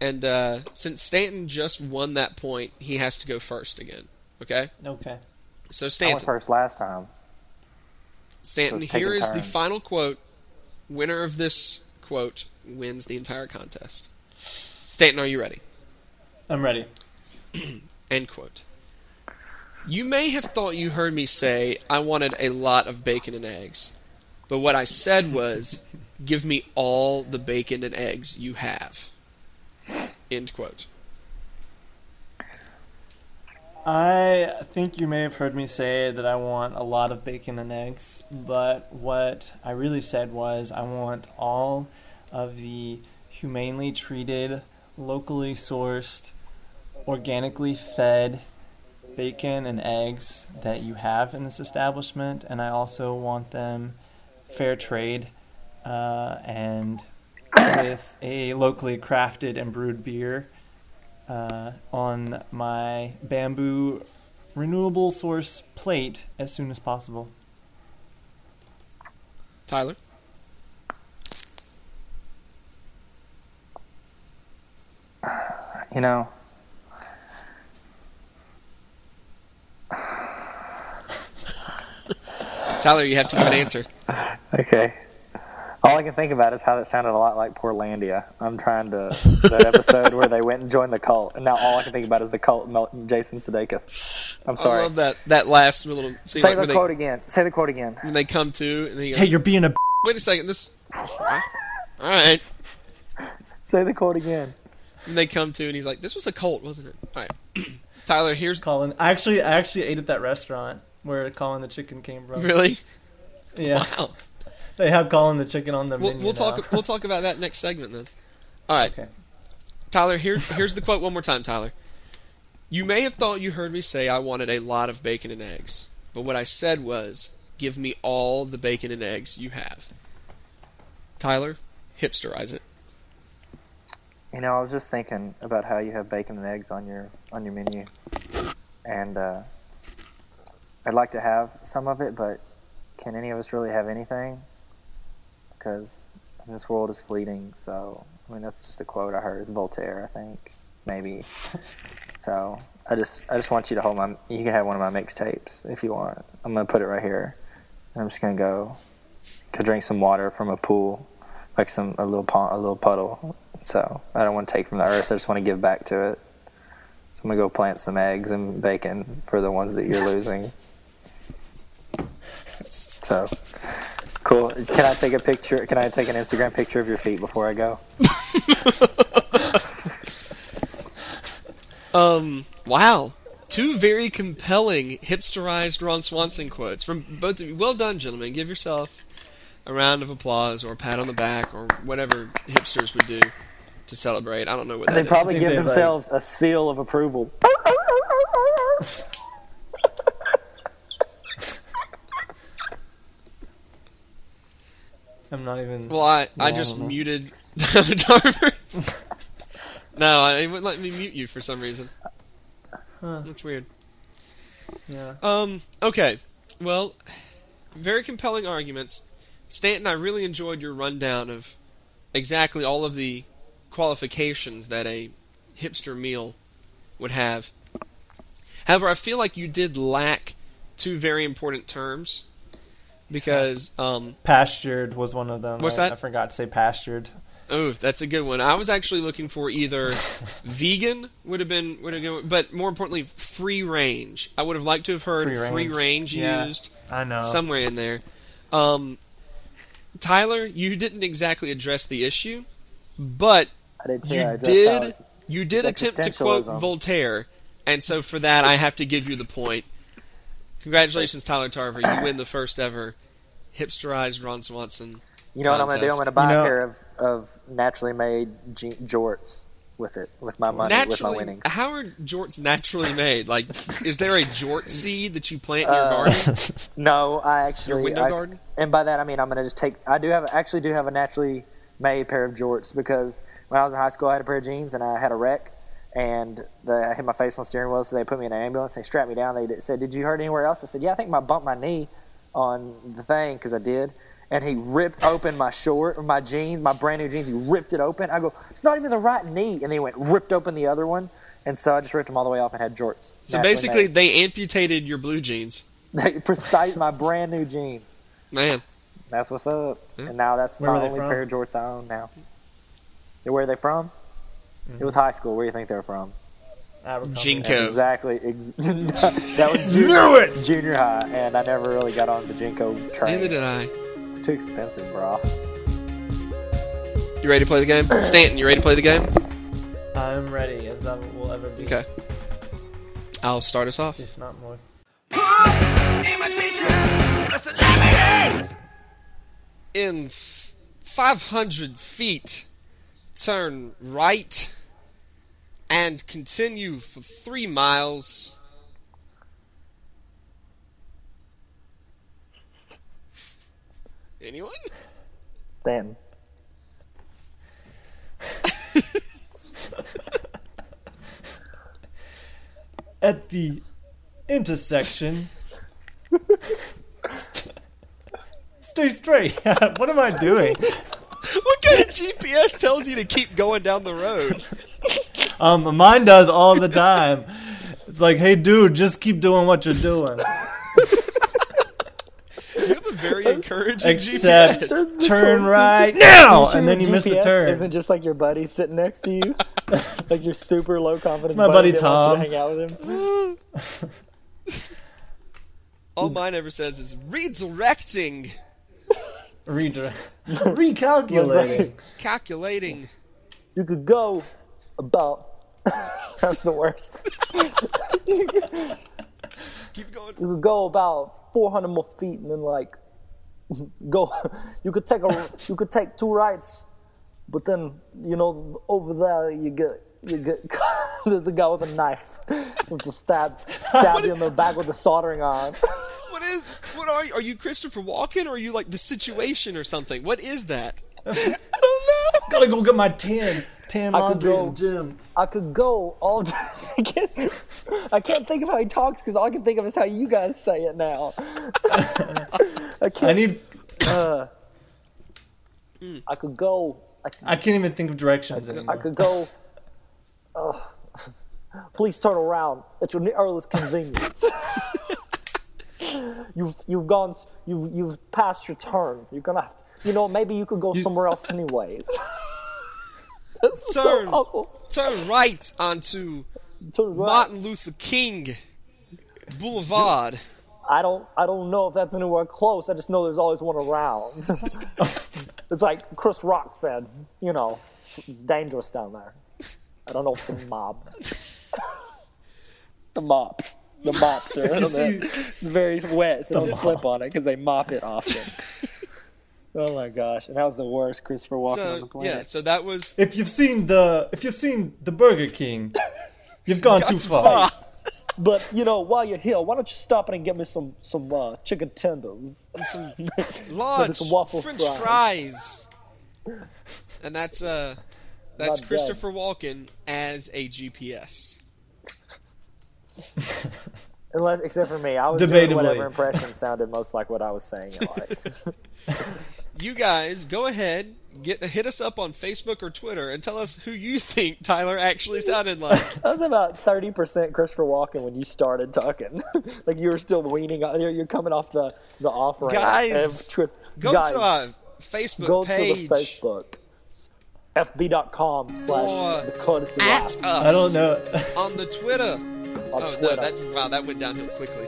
Speaker 3: and uh, since Stanton just won that point, he has to go first again. Okay,
Speaker 1: Okay.
Speaker 3: so
Speaker 2: I went
Speaker 3: Stanton,
Speaker 2: first last time.
Speaker 3: Stanton,
Speaker 2: Let's take
Speaker 3: here
Speaker 2: a
Speaker 3: is the
Speaker 2: turn.
Speaker 3: final quote. Winner of this quote wins the entire contest. Stanton, are you ready?
Speaker 1: I'm ready.
Speaker 3: End quote. You may have thought you heard me say I wanted a lot of bacon and eggs, but what I said was, give me all the bacon and eggs you have. End quote.
Speaker 1: I think you may have heard me say that I want a lot of bacon and eggs, but what I really said was I want all of the humanely treated, locally sourced, organically fed bacon and eggs that you have in this establishment, and I also want them fair trade uh, and with a locally crafted and brewed beer uh, on my bamboo renewable source plate as soon as possible.
Speaker 3: Tyler?
Speaker 2: You know.
Speaker 3: Tyler, you have to give an answer.
Speaker 2: Okay. All I can think about is how that sounded a lot like Portlandia. I'm trying to that episode where they went and joined the cult, and now all I can think about is the cult. Mel- Jason Sudeikis. I'm
Speaker 3: I
Speaker 2: sorry.
Speaker 3: love that, that last little
Speaker 2: Say
Speaker 3: scene like, when,
Speaker 2: the
Speaker 3: they,
Speaker 2: quote again. Say the quote again.
Speaker 3: when they come to and they go,
Speaker 1: Hey, you're being a b-
Speaker 3: wait a second, this. All right.
Speaker 2: Say the quote again.
Speaker 3: And they come to and he's like, this was a cult, wasn't it? All right. Tyler, here's.
Speaker 1: Colin. I actually, I actually ate at that restaurant where Colin the Chicken came from.
Speaker 3: Really?
Speaker 1: Yeah,
Speaker 3: Wow.
Speaker 1: they have Colin the Chicken on the
Speaker 3: We'll,
Speaker 1: menu.
Speaker 3: we'll
Speaker 1: now.
Speaker 3: talk. We'll talk about that next segment then. All right,
Speaker 1: Okay.
Speaker 3: Tyler. Here, here's the quote one more time, Tyler. You may have thought you heard me say I wanted a lot of bacon and eggs, but what I said was, "Give me all the bacon and eggs you have." Tyler, hipsterize it.
Speaker 2: You know, I was just thinking about how you have bacon and eggs on your on your menu, and uh, I'd like to have some of it, but can any of us really have anything? Because this world is fleeting. So, I mean, that's just a quote I heard. It's Voltaire, I think, maybe. So, I just I just want you to hold my. You can have one of my mixtapes if you want. I'm gonna put it right here. And I'm just gonna go, go drink some water from a pool, like some a little pond, a little puddle. So I don't want to take from the earth. I just want to give back to it. So I'm gonna go plant some eggs and bacon for the ones that you're losing. So cool. Can I take a picture? Can I take an Instagram picture of your feet before I go?
Speaker 3: Um. Wow. Two very compelling hipsterized Ron Swanson quotes from both of you. Well done, gentlemen. Give yourself a round of applause or a pat on the back or whatever hipsters would do to celebrate. I don't know what that
Speaker 2: They
Speaker 3: is.
Speaker 2: probably
Speaker 1: think
Speaker 2: give
Speaker 1: they, like-
Speaker 2: themselves a seal of approval.
Speaker 1: I'm not even.
Speaker 3: Well, I, I
Speaker 1: No,
Speaker 3: just
Speaker 1: no.
Speaker 3: muted Tyler Tarver. no, I- it wouldn't let me mute you for some reason. That's weird.
Speaker 1: yeah.
Speaker 3: Um, okay. Well, very compelling arguments. Stanton, I really enjoyed your rundown of exactly all of the qualifications that a hipster meal would have. However, I feel like you did lack two very important terms because um,
Speaker 1: Pastured was one of them.
Speaker 3: What's
Speaker 1: I,
Speaker 3: that?
Speaker 1: I forgot to say pastured.
Speaker 3: Oh, that's a good one. I was actually looking for either vegan would have been would have been, but more importantly, free range. I would have liked to have heard free
Speaker 1: Free
Speaker 3: range,
Speaker 1: range. Yeah.
Speaker 3: used
Speaker 1: I know.
Speaker 3: somewhere in there. Um, Tyler, you didn't exactly address the issue, but
Speaker 2: I did too.
Speaker 3: you
Speaker 2: I just- I
Speaker 3: did
Speaker 2: was-
Speaker 3: you did attempt to quote
Speaker 2: existentialism.
Speaker 3: Voltaire, and so for that I have to give you the point. Congratulations, Tyler Tarver. You win the first ever hipsterized Ron Swanson.
Speaker 2: you know what I'm gonna do? I'm
Speaker 3: contest.
Speaker 2: gonna buy
Speaker 1: You know-
Speaker 2: a pair of, of naturally made je- jorts with it with my money with my
Speaker 3: naturally
Speaker 2: winnings.
Speaker 3: how are jorts naturally made like is there a jort seed that you plant
Speaker 2: Uh,
Speaker 3: in your garden
Speaker 2: No, I actually
Speaker 3: Your window
Speaker 2: I-
Speaker 3: garden?
Speaker 2: And by that I mean I'm gonna just take. I do have actually do have a naturally made pair of jorts because when I was in high school I had a pair of jeans and I had a wreck and the, I hit my face on the steering wheel so they put me in an ambulance. They strapped me down. They did, said, "Did you hurt anywhere else?" I said, "Yeah, I think my bumped my knee on the thing because I did." And he ripped open my short or my jeans, my brand new jeans. He ripped it open. I go, "It's not even the right knee," and then he went ripped open the other one. And so I just ripped them all the way off and had jorts.
Speaker 3: so
Speaker 2: Naturally
Speaker 3: basically
Speaker 2: made.
Speaker 3: they amputated your blue jeans
Speaker 2: they precise my brand new jeans. Oh,
Speaker 3: man
Speaker 2: That's what's up.
Speaker 3: Yeah.
Speaker 2: And now that's
Speaker 1: Where
Speaker 2: my
Speaker 1: were they
Speaker 2: only
Speaker 1: from?
Speaker 2: pair of jorts I own now. And Where are they from? It
Speaker 1: Mm-hmm.
Speaker 2: was high school. Where do you think they were from?
Speaker 1: Abercrombie.
Speaker 3: Jinko. Yeah.
Speaker 2: Exactly. Ex- that was junior, junior high, and I never really got on the Jinko train.
Speaker 3: neither did i
Speaker 2: It's too expensive, bro.
Speaker 3: you ready to play the game stanton you ready to play the game
Speaker 1: I'm ready as I will ever be.
Speaker 3: okay i'll start us off
Speaker 1: If not more.
Speaker 3: in f- 500 feet turn right and continue for three miles anyone
Speaker 2: Stanton.
Speaker 1: At the intersection. st- stay straight. what am I doing?
Speaker 3: what kind of gps tells you to keep going down the road
Speaker 1: Um, mine does all the time. It's like, hey, dude, just keep doing what you're doing.
Speaker 3: you have a very encouraging
Speaker 1: Except
Speaker 3: gps
Speaker 1: turn right now, and then you miss the turn.
Speaker 2: Isn't just like your buddy sitting next to you, like your super low confidence.
Speaker 1: my buddy buddy that
Speaker 2: Tom.
Speaker 1: wants you
Speaker 2: hang out with him.
Speaker 3: all mine ever says is redirecting
Speaker 1: Redirect. Recalculating.
Speaker 3: calculating
Speaker 2: You could go about. That's the worst.
Speaker 3: keep going
Speaker 2: you could go about 400 more feet and then like go you could take a you could take two rights but then you know over there you get you get there's a guy with a knife who just stab stab you in the back with a soldering iron
Speaker 3: What is? What are you? Are you Christopher Walken, or are you like the situation or something? What is that?
Speaker 1: Gotta go get my tan. Tan
Speaker 2: I could
Speaker 1: laundry in
Speaker 2: go-
Speaker 1: the gym.
Speaker 2: i could go all day I, can't, I can't think of how he talks because all i can think of is how you guys say it now i can't
Speaker 1: I need.
Speaker 2: i could go I
Speaker 1: I can't even think of directions
Speaker 2: I
Speaker 1: anymore.
Speaker 2: could go. Ugh. please turn around at your earliest convenience. you've you've gone. You you've passed your turn. You're gonna have to. You know, maybe you could go somewhere else anyways. That's
Speaker 3: Turn.
Speaker 2: so awful.
Speaker 3: Turn right onto
Speaker 2: Turn right.
Speaker 3: Martin Luther King Boulevard.
Speaker 2: I don't I don't know if that's anywhere close. I just know there's always one around. it's like Chris Rock said. You know, it's dangerous down there. I don't know if the mob. the mops. The mops are in there.
Speaker 1: You see-
Speaker 2: It's very wet, so don't slip on it because they mop it often. oh my gosh! And that was the worst Christopher Walken on the
Speaker 3: So
Speaker 2: planet.
Speaker 3: yeah, so that was
Speaker 1: if you've seen the if you've seen the Burger King, you've gone too
Speaker 3: That's
Speaker 1: far.
Speaker 3: far.
Speaker 2: But you know, while you're here, why don't you stop in and get me some some uh, chicken tenders?
Speaker 3: Some large
Speaker 2: some waffle
Speaker 3: French
Speaker 2: fries.
Speaker 3: fries. And that's uh,
Speaker 2: Not
Speaker 3: that's
Speaker 2: bad.
Speaker 3: Christopher Walken as a GPS.
Speaker 2: Unless, except for me, I was
Speaker 1: Debatably.
Speaker 2: doing whatever impression sounded most like what I was saying. All right.
Speaker 3: You guys go ahead, get hit us up on Facebook or Twitter, and tell us who you think Tyler actually sounded like.
Speaker 2: That was about thirty percent Christopher Walken when you started talking. like you were still weaning. on- You're you're coming off the the off ramp.
Speaker 3: Guys,
Speaker 2: twist.
Speaker 3: Go
Speaker 2: guys,
Speaker 3: to our Facebook
Speaker 2: go
Speaker 3: page.
Speaker 2: to the Facebook, fb.com slash
Speaker 3: Or
Speaker 2: the courtesy
Speaker 3: At
Speaker 2: Live
Speaker 3: us
Speaker 1: I don't know.
Speaker 3: on the Twitter.
Speaker 2: on
Speaker 3: oh no,
Speaker 2: Twitter.
Speaker 3: that wow, that went downhill quickly.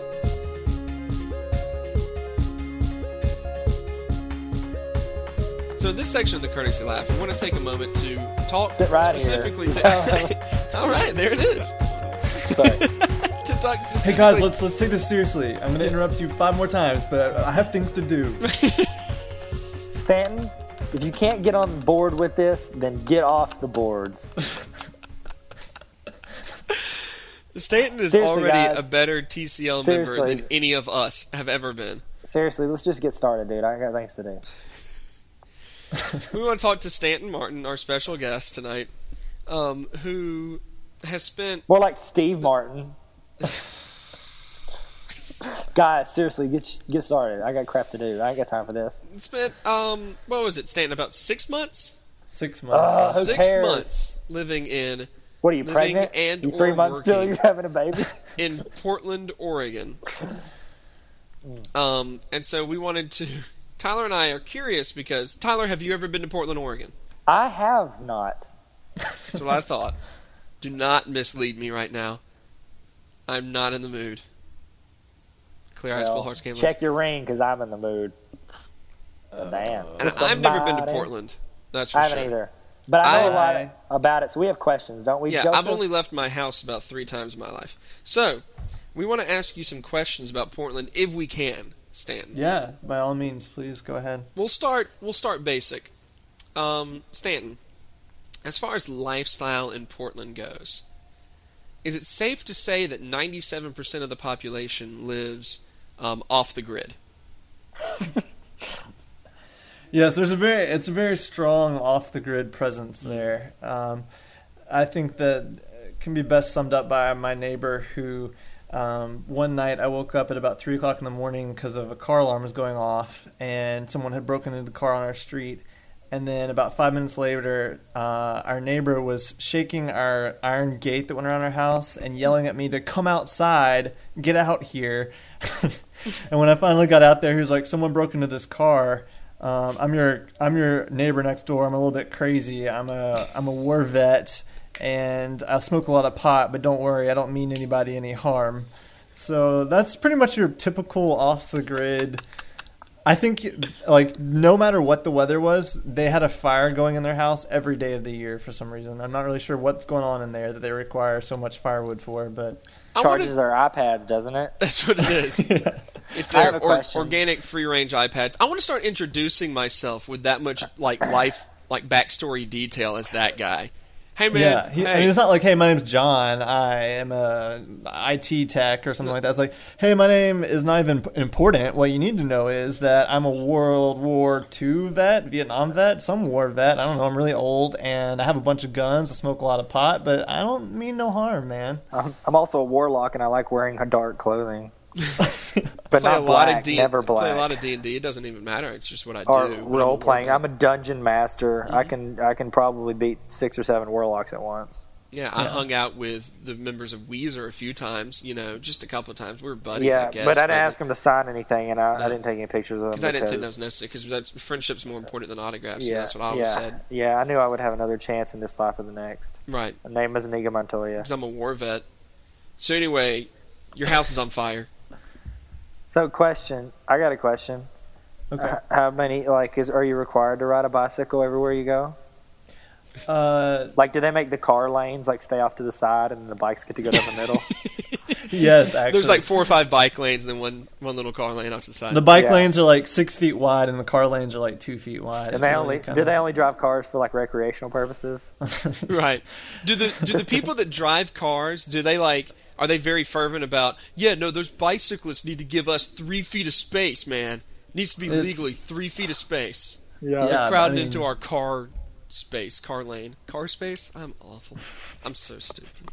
Speaker 3: So in this section of the courtesy laugh, we want to take a moment to talk
Speaker 2: Sit right here.
Speaker 3: specifically. To, all right, there it is.
Speaker 2: Sorry.
Speaker 3: To talk specifically.
Speaker 1: Hey guys, let's let's take this seriously. I'm gonna interrupt you five more times, but I have things to do.
Speaker 2: Stanton, if you can't get on board with this, then get off the boards.
Speaker 3: Stanton is
Speaker 2: Seriously,
Speaker 3: already
Speaker 2: guys.
Speaker 3: a better TCL member
Speaker 2: Seriously.
Speaker 3: than any of us have ever been.
Speaker 2: Seriously, let's just get started, dude. I got things to do.
Speaker 3: We want to talk to Stanton Martin, our special guest tonight, um, who has spent
Speaker 2: More like Steve Martin. Guys, seriously, get get started. I got crap to do. I ain't got time for this.
Speaker 3: spent um what was it, Stanton? About six months,
Speaker 1: Six months.
Speaker 2: Who
Speaker 3: six
Speaker 2: cares?
Speaker 3: months living in
Speaker 2: What are you
Speaker 3: Living
Speaker 2: pregnant?
Speaker 3: and
Speaker 2: you three
Speaker 3: or
Speaker 2: months still?
Speaker 3: working.
Speaker 2: You're having a baby?
Speaker 3: in Portland, Oregon. Um, and so we wanted to. Tyler and I are curious because Tyler, have you ever been to Portland, Oregon?
Speaker 2: I have not.
Speaker 3: That's what I thought. Do not mislead me right now. I'm not in the mood. Clear eyes,
Speaker 2: Well,
Speaker 3: full hearts, can't lose.
Speaker 2: check your ring because I'm in the mood. to dance.
Speaker 3: And
Speaker 2: with
Speaker 3: I've never been to
Speaker 2: somebody.
Speaker 3: Portland. That's for
Speaker 2: I haven't
Speaker 3: sure.
Speaker 2: either, but I know a
Speaker 1: I-
Speaker 2: lot about it. So we have questions, don't we?
Speaker 3: Yeah,
Speaker 2: Joseph?
Speaker 3: I've only left my house about three times in my life. So, we want to ask you some questions about Portland if we can, Stanton.
Speaker 1: Yeah, by all means, please go ahead.
Speaker 3: We'll start. We'll start basic. Um, Stanton, as far as lifestyle in Portland goes, is it safe to say that ninety-seven percent of the population lives um, off the grid?
Speaker 1: Yes, there's a very it's a very strong off the grid presence there. Um, I think that can be best summed up by my neighbor who. Um, one night I woke up at about three o'clock in the morning because of a car alarm was going off, and someone had broken into the car on our street. And then about five minutes later, uh, our neighbor was shaking our iron gate that went around our house and yelling at me to come outside, get out here. and when I finally got out there, he was like, "Someone broke into this car. Um, I'm your I'm your neighbor next door. I'm a little bit crazy. I'm a I'm a war vet, and I smoke a lot of pot. But don't worry, I don't mean anybody any harm." So that's pretty much your typical off the grid. I think like no matter what the weather was, they had a fire going in their house every day of the year for some reason. I'm not really sure what's going on in there that they require so much firewood for, but
Speaker 3: I wanna-
Speaker 2: charges our iPads, doesn't it?
Speaker 3: That's what it is. It's
Speaker 2: I have
Speaker 3: their
Speaker 2: a
Speaker 3: or,
Speaker 2: question.
Speaker 3: organic free-range iPads. I want to start introducing myself with that much like life, like backstory detail as that guy. Hey man,
Speaker 1: yeah, he, I
Speaker 3: hey.
Speaker 1: mean it's not like hey, my name's John, I am a IT tech or something like that. It's like hey, my name is not even p- important. What you need to know is that I'm a World War II vet, Vietnam vet, some war vet. I don't know. I'm really old and I have a bunch of guns. I smoke a lot of pot, but I don't mean no harm, man.
Speaker 3: Uh,
Speaker 2: I'm, I'm also a warlock, and I like wearing dark clothing, but
Speaker 3: play
Speaker 2: not
Speaker 3: a lot
Speaker 2: black.
Speaker 3: of D-
Speaker 2: never
Speaker 3: I
Speaker 2: black.
Speaker 3: Play a lot of D and D. It doesn't even matter. It's just what I
Speaker 2: or
Speaker 3: do.
Speaker 2: role playing. I'm a dungeon master.
Speaker 3: Mm-hmm.
Speaker 2: I can I can probably beat six or seven warlocks at once.
Speaker 3: yeah, I hung out with the members of Weezer a few times. You know, just a couple of times. We were buddies.
Speaker 2: yeah,
Speaker 3: I guess,
Speaker 2: but I didn't ask him to sign anything, and I, I didn't take any pictures of him.
Speaker 3: because I didn't think that was necessary. Because that's friendship's more important than autographs. and that's what I always
Speaker 2: yeah,
Speaker 3: said.
Speaker 2: yeah. I knew I would have another chance in this life or the next.
Speaker 3: Right,
Speaker 2: My name is Aniga Montoya.
Speaker 3: because I'm a war vet. So anyway, your house is on fire.
Speaker 2: So, question. I got a question.
Speaker 1: Okay.
Speaker 2: H- How many like is are you required to ride a bicycle everywhere you go?
Speaker 1: Uh,
Speaker 2: Like, do they make the car lanes like stay off to the side and the bikes get to go down the middle?
Speaker 1: yes, actually.
Speaker 3: There's like four or five bike lanes and then one one little car lane off to the side.
Speaker 1: the bike
Speaker 2: Yeah.
Speaker 1: lanes are like six feet wide, and the car lanes are like two feet wide. It's
Speaker 2: And they
Speaker 1: really
Speaker 2: only
Speaker 1: kinda-
Speaker 2: do they only drive cars for like recreational purposes?
Speaker 3: right. Do the do the people that drive cars do they like? Are they very fervent about? Yeah, no, those bicyclists need to give us three feet of space, man. needs to be
Speaker 1: It's-
Speaker 3: legally three feet of space.
Speaker 1: Yeah, I
Speaker 3: crowding
Speaker 1: mean,
Speaker 3: into our car space, car lane, car space. I'm awful. I'm so stupid.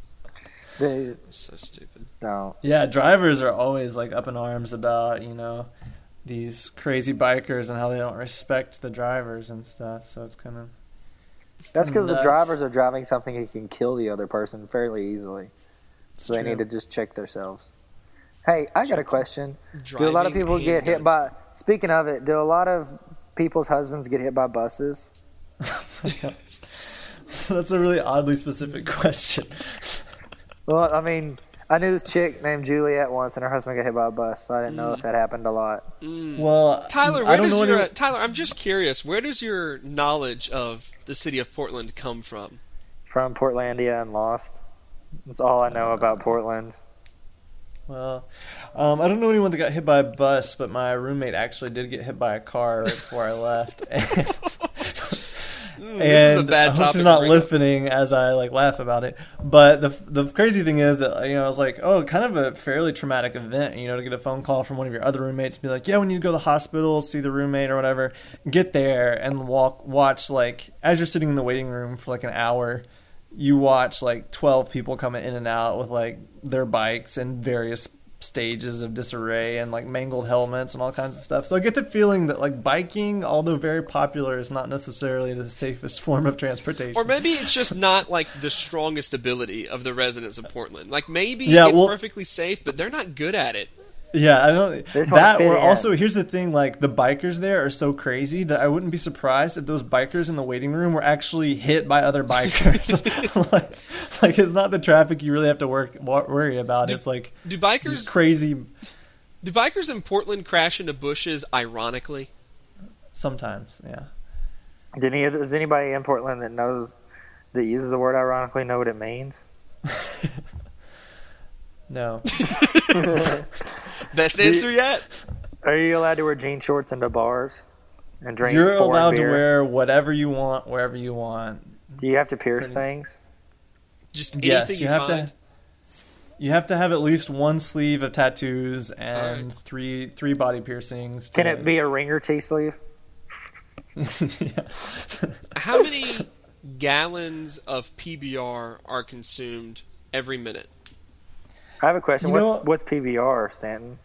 Speaker 2: They
Speaker 3: I'm so stupid.
Speaker 2: don't.
Speaker 1: Yeah, drivers are always like up in arms about you know these crazy bikers and how they don't respect the drivers and stuff. So it's kind of
Speaker 2: That's because the
Speaker 1: Nuts.
Speaker 2: drivers are driving something that can kill the other person fairly easily. So they
Speaker 1: true.
Speaker 2: need to just check themselves. Hey, I got a question. do a lot of
Speaker 3: Driving
Speaker 2: people get hit
Speaker 3: handguns.
Speaker 2: by? Speaking of it, do a lot of people's husbands get hit by buses?
Speaker 1: that's a really oddly specific question.
Speaker 2: Well, I mean, I knew this chick named Juliet once, and her husband got hit by a bus, so I didn't
Speaker 1: Mm.
Speaker 2: know if that happened a lot.
Speaker 1: Well,
Speaker 3: Tyler,
Speaker 1: I
Speaker 3: where
Speaker 1: don't
Speaker 3: does
Speaker 1: know
Speaker 3: your
Speaker 1: any-
Speaker 3: uh, Tyler? I'm just curious. Where does your knowledge of the city of Portland come from?
Speaker 2: From Portlandia and Lost. That's all I
Speaker 1: Oh,
Speaker 2: know about Portland.
Speaker 1: Well, um, I don't know anyone that got hit by a bus, but my roommate actually did get hit by a car right before I left. And,
Speaker 3: this is a bad
Speaker 1: I hope
Speaker 3: topic.
Speaker 1: she's
Speaker 3: to
Speaker 1: not
Speaker 3: bring up.
Speaker 1: listening as I like laugh about it. But the the crazy thing is that you know I was like, oh, kind of a fairly traumatic event. You know, to get a phone call from one of your other roommates, and be like, yeah, we need to go to the hospital, see the roommate or whatever. Get there and walk, watch like as you're sitting in the waiting room for like an hour you watch like 12 people coming in and out with like their bikes and various stages of disarray and like mangled helmets and all kinds of stuff. So I get the feeling that like biking, although very popular, is not necessarily the safest form of transportation.
Speaker 3: Or maybe it's just not like the strongest ability of the residents of Portland. Like maybe
Speaker 1: Yeah,
Speaker 3: it's
Speaker 1: well-
Speaker 3: perfectly safe, but they're not good at it.
Speaker 1: Yeah, I don't.
Speaker 2: They just wanna
Speaker 1: That
Speaker 2: fit
Speaker 1: or
Speaker 2: in.
Speaker 1: also here's the thing: like the bikers there are so crazy that I wouldn't be surprised if those bikers in the waiting room were actually hit by other bikers. like, like it's not the traffic you really have to work wor- worry about. It's like
Speaker 3: Do
Speaker 1: these
Speaker 3: bikers
Speaker 1: crazy
Speaker 3: do bikers in Portland crash into bushes ironically?
Speaker 1: sometimes. Yeah.
Speaker 2: Did any, does anybody in Portland that knows that uses the word ironically know what it means?
Speaker 1: No.
Speaker 3: Best answer yet.
Speaker 2: Are you allowed to wear jean shorts into bars and drink?
Speaker 1: You're
Speaker 2: foreign
Speaker 1: allowed to
Speaker 2: beer?
Speaker 1: wear whatever you want, wherever you want.
Speaker 2: Do you have to pierce
Speaker 1: Pretty-
Speaker 2: things?
Speaker 3: Just anything
Speaker 1: Yes,
Speaker 3: you,
Speaker 1: you have
Speaker 3: find.
Speaker 1: to. You have to have at least one sleeve of tattoos and
Speaker 3: Alright.
Speaker 1: three three body piercings.
Speaker 2: Can
Speaker 1: to-
Speaker 2: it be a ring or tea sleeve?
Speaker 3: How many gallons of PBR are consumed every minute?
Speaker 2: I have a question.
Speaker 1: You
Speaker 2: what's
Speaker 1: know
Speaker 2: what's PBR, Stanton?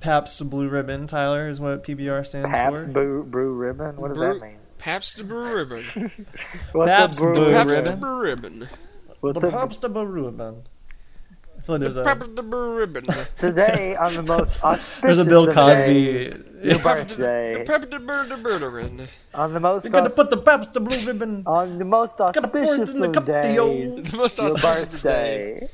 Speaker 1: Pabst Blue Ribbon? Tyler is what PBR stands
Speaker 2: Pabst
Speaker 1: for.
Speaker 2: Brew, Brew Ribbon? What does
Speaker 3: Brew-
Speaker 2: that mean?
Speaker 3: Pabst Blue Ribbon.
Speaker 2: What's
Speaker 1: Pabst
Speaker 2: a Brew
Speaker 1: Blue
Speaker 3: Pabst
Speaker 2: Ribbon?
Speaker 1: Ribbon?
Speaker 3: Blue Ribbon.
Speaker 2: What's
Speaker 1: the
Speaker 2: a-
Speaker 1: Pabst Blue Ribbon. I feel like there's a
Speaker 3: Pabst Blue Ribbon.
Speaker 2: today on the most auspicious
Speaker 1: there's a Bill
Speaker 2: of
Speaker 1: Cosby.
Speaker 2: days,
Speaker 1: You're
Speaker 3: Pabst-
Speaker 2: birthday.
Speaker 3: Pabst Blue Ribbon.
Speaker 2: on the most
Speaker 1: gonna
Speaker 2: aus-
Speaker 1: put the Pabst Blue Ribbon.
Speaker 2: on the most
Speaker 1: Gotta pour it
Speaker 2: auspicious
Speaker 1: in the
Speaker 2: of
Speaker 1: cup to yo.
Speaker 2: days.
Speaker 3: The most
Speaker 2: Your
Speaker 3: auspicious of days.
Speaker 2: birthday.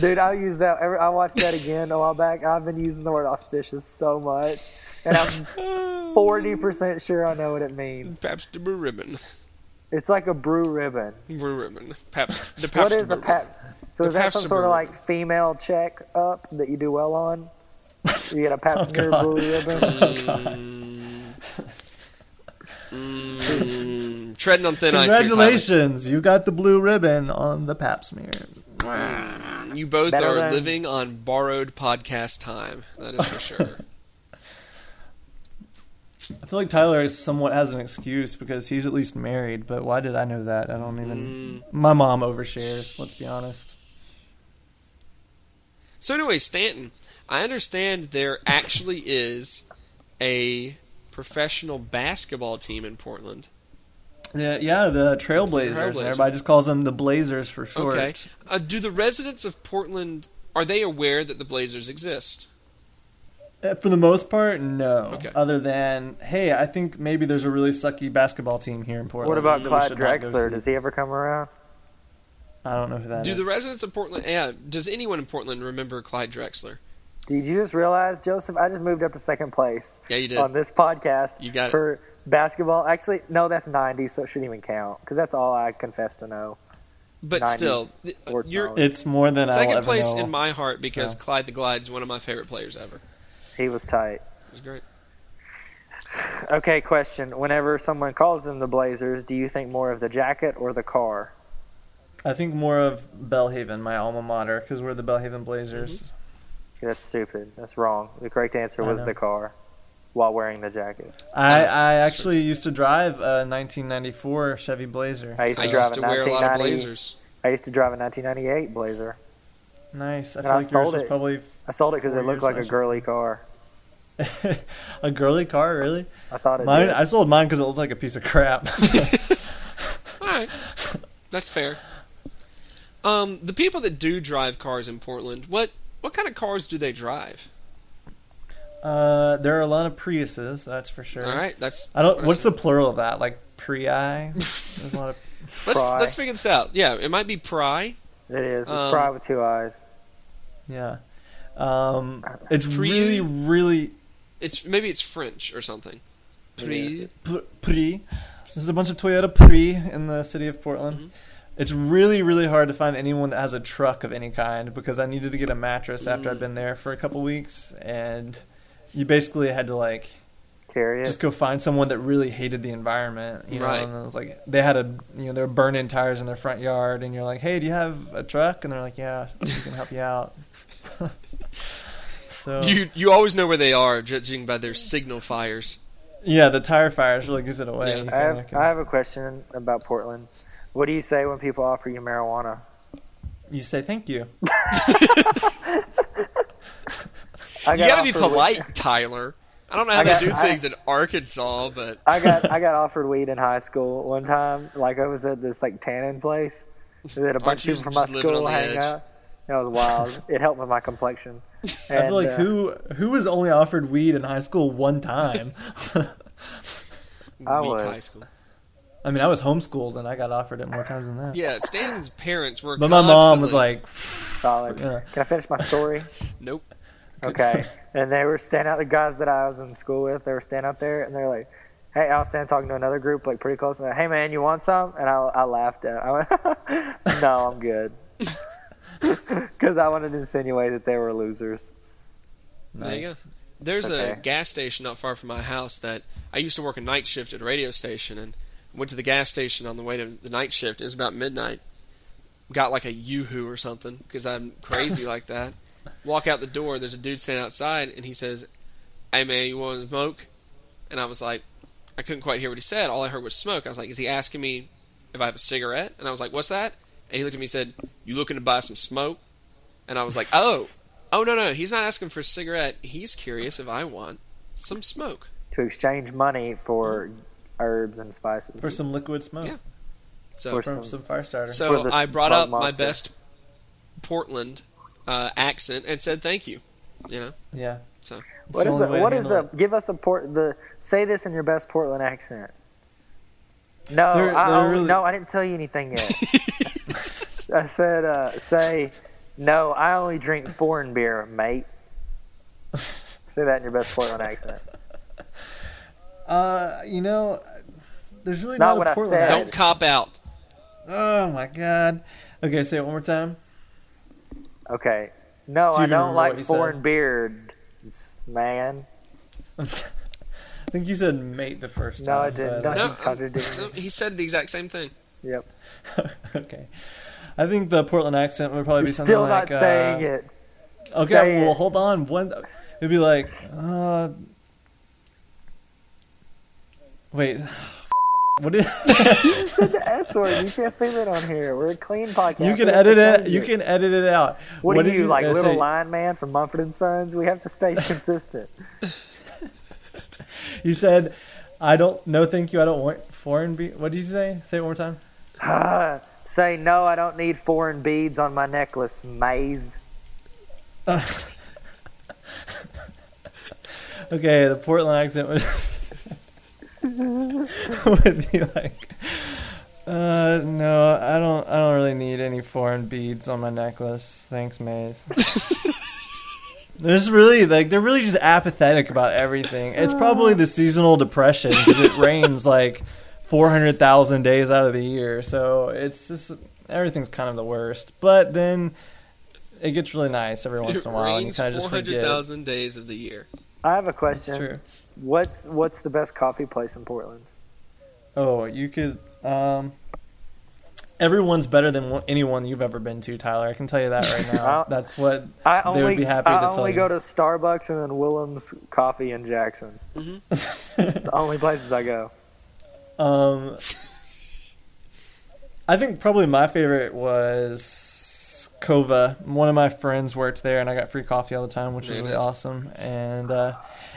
Speaker 2: Dude, I use that. Every, I watched that again a while back. I've been using the word auspicious so much, and I'm forty percent sure I know what it means.
Speaker 3: Pabst Blue Ribbon.
Speaker 2: It's like a brew ribbon.
Speaker 3: Blue Ribbon. Pabst. The
Speaker 2: What
Speaker 3: Pabst
Speaker 2: is a
Speaker 3: Blue
Speaker 2: pap? So is that
Speaker 3: Pabst
Speaker 2: some sort of
Speaker 3: Ribbon.
Speaker 2: like female check up that you do well on? You get a Pabst Blue
Speaker 1: God.
Speaker 2: Ribbon.
Speaker 3: Ribbon. Mm, treading on thin ice. here,
Speaker 1: Congratulations, you got the blue ribbon on the Pap smear.
Speaker 3: Tyler. You both
Speaker 2: Better
Speaker 3: are
Speaker 2: than-
Speaker 3: living on borrowed podcast time. That is for sure.
Speaker 1: I feel like Tyler is somewhat has an excuse because he's at least married, but why did I know that? I don't even.
Speaker 3: Mm.
Speaker 1: My mom overshares, let's be honest.
Speaker 3: So anyway, Stanton, I understand there actually is a professional basketball team in Portland.
Speaker 1: Yeah, yeah the Trailblazers.
Speaker 3: Trailblazers.
Speaker 1: Everybody just calls them the Blazers for short.
Speaker 3: Okay. Uh, do the residents of Portland are they aware that the Blazers exist?
Speaker 1: Uh, For the most part, no.
Speaker 3: Okay.
Speaker 1: Other than, hey, I think maybe there's a really sucky basketball team here in Portland.
Speaker 2: What about
Speaker 1: that we
Speaker 2: Clyde
Speaker 1: should not go
Speaker 2: Drexler?
Speaker 1: see.
Speaker 2: Does he ever come around?
Speaker 1: I don't know who that
Speaker 3: Do
Speaker 1: is.
Speaker 3: the residents of Portland? Yeah. Does anyone in Portland remember Clyde Drexler?
Speaker 2: Did you just realize, Joseph? I just moved up to second place.
Speaker 3: Yeah, you did.
Speaker 2: on this podcast.
Speaker 3: You got it.
Speaker 2: for basketball. Actually, no, that's 90, so it shouldn't even count because that's all I confess to know.
Speaker 3: But
Speaker 2: 90s
Speaker 3: still, th-
Speaker 2: sports
Speaker 3: you're
Speaker 2: knowledge.
Speaker 1: It's more than I'll
Speaker 3: second
Speaker 1: ever
Speaker 3: place
Speaker 1: know.
Speaker 3: in my heart because
Speaker 1: So.
Speaker 3: Clyde the Glide's one of my favorite players ever.
Speaker 2: He was tight.
Speaker 3: It was great.
Speaker 2: Okay, question. Whenever someone calls them the Blazers, do you think more of the jacket or the car?
Speaker 1: I think more of Bellhaven, my alma mater, because we're the Bellhaven Blazers.
Speaker 3: Mm-hmm.
Speaker 2: That's stupid. That's wrong. The correct answer
Speaker 1: I
Speaker 2: was
Speaker 1: know.
Speaker 2: the car while wearing the jacket.
Speaker 1: I, I
Speaker 3: that's
Speaker 1: actually used to drive a 1994 Chevy Blazer.
Speaker 2: I used
Speaker 3: I
Speaker 2: to drive
Speaker 3: used
Speaker 2: a
Speaker 3: to wear a lot of
Speaker 2: 1990
Speaker 3: Blazers.
Speaker 2: I used to drive a 1998 Blazer.
Speaker 1: nice. I
Speaker 2: And
Speaker 1: feel
Speaker 2: I
Speaker 1: like yours
Speaker 2: sold
Speaker 1: was
Speaker 2: it.
Speaker 1: probably
Speaker 2: I sold it because
Speaker 1: Four
Speaker 2: it looked
Speaker 1: years
Speaker 2: like a
Speaker 1: last
Speaker 2: girly car.
Speaker 1: a girly car, really.
Speaker 2: I thought it
Speaker 1: Mine,
Speaker 2: did.
Speaker 1: I sold mine because it looked like a piece of crap.
Speaker 3: All right, that's fair. Um, the people that do drive cars in Portland, what what kind of cars do they drive?
Speaker 1: uh, there are a lot of Priuses, that's for sure. Uh,
Speaker 3: All right, that's
Speaker 1: I don't.
Speaker 3: what I
Speaker 1: What's
Speaker 3: said.
Speaker 1: the plural of that? Like Prii? There's a lot of.
Speaker 3: let's
Speaker 2: Pry.
Speaker 3: let's figure this out. Yeah, it might be Pry.
Speaker 2: It is. It's
Speaker 3: Um,
Speaker 2: pride with two eyes.
Speaker 1: Yeah. Um, it's
Speaker 3: Pri-
Speaker 1: really, really
Speaker 3: It's maybe it's French or something. Pri.
Speaker 1: P- Pri. There's a bunch of Toyota Pri in the city of Portland. It's really, really hard to find anyone that has a truck of any kind because I needed to get a mattress after I'd been there for a couple weeks, and you basically had to like
Speaker 2: Carry it.
Speaker 1: just go find someone that really hated the environment, you know.
Speaker 3: Right.
Speaker 1: And it was like they had a, you know, they were burning tires in their front yard, and you're like, "Hey, do you have a truck?" And they're like, "Yeah, we can help you out." so
Speaker 3: You you always know where they are judging by their signal fires.
Speaker 1: yeah, the tire fires really gives it away.
Speaker 3: Yeah.
Speaker 1: You
Speaker 2: I
Speaker 1: kinda
Speaker 2: have,
Speaker 1: can-
Speaker 2: I have a question about Portland. What do you say when people offer you marijuana?
Speaker 1: you say thank you.
Speaker 2: I
Speaker 3: You gotta be
Speaker 2: offered
Speaker 3: polite,
Speaker 2: Weed.
Speaker 3: Tyler. I don't know how
Speaker 2: I got-
Speaker 3: they do
Speaker 2: I-
Speaker 3: things in Arkansas, but
Speaker 2: I got I got offered weed in high school one time. Like I was at this like tannin place that a bunch
Speaker 3: you
Speaker 2: of people from my
Speaker 3: just living
Speaker 2: school
Speaker 3: on the
Speaker 2: hang
Speaker 3: edge?
Speaker 2: out. That was wild. it helped with my complexion.
Speaker 1: I
Speaker 2: And,
Speaker 1: feel like
Speaker 2: uh,
Speaker 1: who who was only offered weed in high school one time.
Speaker 2: I
Speaker 3: weak
Speaker 2: was.
Speaker 3: high school.
Speaker 1: I mean, I was homeschooled and I got offered it more times than that.
Speaker 3: Yeah, Stan's parents were.
Speaker 1: But my mom was
Speaker 3: constantly-
Speaker 1: like,
Speaker 2: Solid.
Speaker 1: Yeah.
Speaker 2: Can I finish my story?
Speaker 3: "Nope."
Speaker 2: Okay. and they were standing out, the guys that I was in school with, they were standing out there and they're like, hey, I was standing talking to another group, like pretty close. And they're like, hey, man, you want some? And I, I laughed at I went, no, I'm good. Because I wanted to insinuate that they were losers.
Speaker 3: There you go. There's a
Speaker 2: Okay.
Speaker 3: gas station not far from my house that I used to work a night shift at a radio station and went to the gas station on the way to the night shift. It was about midnight. Got like a yoo-hoo or something because I'm crazy like that. Walk out the door. There's a dude standing outside and he says, "Hey man, you want to smoke?" And I was like, I couldn't quite hear what he said. All I heard was smoke. I was like, "Is he asking me if I have a cigarette?" And I was like, "What's that?" And he looked at me and said, "You looking to buy some smoke?" And I was like, "Oh." Oh no no, he's not asking for a cigarette. He's curious if I want some smoke.
Speaker 2: To exchange money for herbs and spices.
Speaker 1: for some liquid smoke,
Speaker 3: Yeah. So
Speaker 2: For
Speaker 1: from
Speaker 2: some-
Speaker 1: some fire starter.
Speaker 3: so
Speaker 2: For the
Speaker 3: I brought
Speaker 2: smoke
Speaker 3: up my
Speaker 2: monster.
Speaker 3: best Portland uh, accent and said thank you. You know,
Speaker 1: yeah.
Speaker 3: so
Speaker 1: It's
Speaker 2: What
Speaker 1: the
Speaker 2: is
Speaker 1: only
Speaker 2: a,
Speaker 1: way to
Speaker 2: what is
Speaker 1: handle
Speaker 2: a,
Speaker 1: it.
Speaker 2: give us a port, the, say this in your best Portland accent. No,
Speaker 1: They're-
Speaker 2: I
Speaker 1: they're
Speaker 2: only-
Speaker 1: really-
Speaker 2: no, I didn't tell you anything yet. I said, uh, say, no, I only drink foreign beer, mate. say that in your best Portland accent.
Speaker 1: Uh, you know, there's really
Speaker 2: It's not
Speaker 1: a
Speaker 2: what I
Speaker 1: Portland
Speaker 2: said.
Speaker 1: accent.
Speaker 3: don't cop out.
Speaker 1: Oh my god. Okay, say it one more time.
Speaker 2: Okay. No,
Speaker 1: Do you
Speaker 2: I
Speaker 1: even
Speaker 2: don't
Speaker 1: remember what
Speaker 2: like
Speaker 1: you
Speaker 2: foreign
Speaker 1: said?
Speaker 2: beer, man.
Speaker 1: I think you said mate the first
Speaker 2: No, I
Speaker 1: time.
Speaker 2: didn't.
Speaker 1: but-
Speaker 2: No,
Speaker 3: No,
Speaker 2: you contradicted
Speaker 3: no,
Speaker 2: me.
Speaker 3: he said the exact same thing.
Speaker 2: Yep.
Speaker 1: okay. I think the Portland accent would probably
Speaker 2: You're
Speaker 1: be something
Speaker 2: still
Speaker 1: like
Speaker 2: not saying
Speaker 1: uh,
Speaker 2: it.
Speaker 1: Okay,
Speaker 2: Say
Speaker 1: well,
Speaker 2: it.
Speaker 1: hold on. One, it'd be like, uh, wait, what? Is,
Speaker 2: The S word. You can't say that on here. We're a clean podcast.
Speaker 1: you
Speaker 2: We
Speaker 1: can
Speaker 2: have to
Speaker 1: edit it.
Speaker 2: change
Speaker 1: You can edit it out.
Speaker 2: What, are
Speaker 1: did
Speaker 2: you, like,
Speaker 1: uh,
Speaker 2: little
Speaker 1: say?
Speaker 2: lion man from Mumford and Sons? We have to stay consistent.
Speaker 1: You said, I don't. No, thank you. I don't want foreign. Be- what did you say? Say it one more time.
Speaker 2: Say no, I don't need foreign beads on my necklace, maze.
Speaker 1: Okay, the Portland accent would, would be like, uh, no, I don't. I don't really need any foreign beads on my necklace. Thanks, Maze. There's really like they're really just apathetic about everything. It's probably the seasonal depression 'cause it rains like 400,000 days out of the year. So it's just everything's kind of the worst. But then it gets really nice every once
Speaker 3: It
Speaker 1: in a while, and you
Speaker 3: rains
Speaker 1: kind of just forget.
Speaker 3: 400,000 days of the year.
Speaker 2: I have a
Speaker 1: It's true.
Speaker 2: question. What's what's the best coffee place in Portland?
Speaker 1: Oh, you could. Um, everyone's better than one- anyone you've ever been to, Tyler. I can tell you that right now.
Speaker 2: Well,
Speaker 1: That's what
Speaker 2: I
Speaker 1: They would
Speaker 2: only
Speaker 1: be happy
Speaker 2: I
Speaker 1: to tell
Speaker 2: only
Speaker 1: you.
Speaker 2: go to Starbucks and then Willem's Coffee in Jackson.
Speaker 1: Mm-hmm.
Speaker 2: It's the only places I go.
Speaker 1: Um, I think probably my favorite was Kova. One of my friends worked there, and I got free coffee all the time, which was
Speaker 3: Very
Speaker 1: really
Speaker 3: nice.
Speaker 1: awesome. And uh,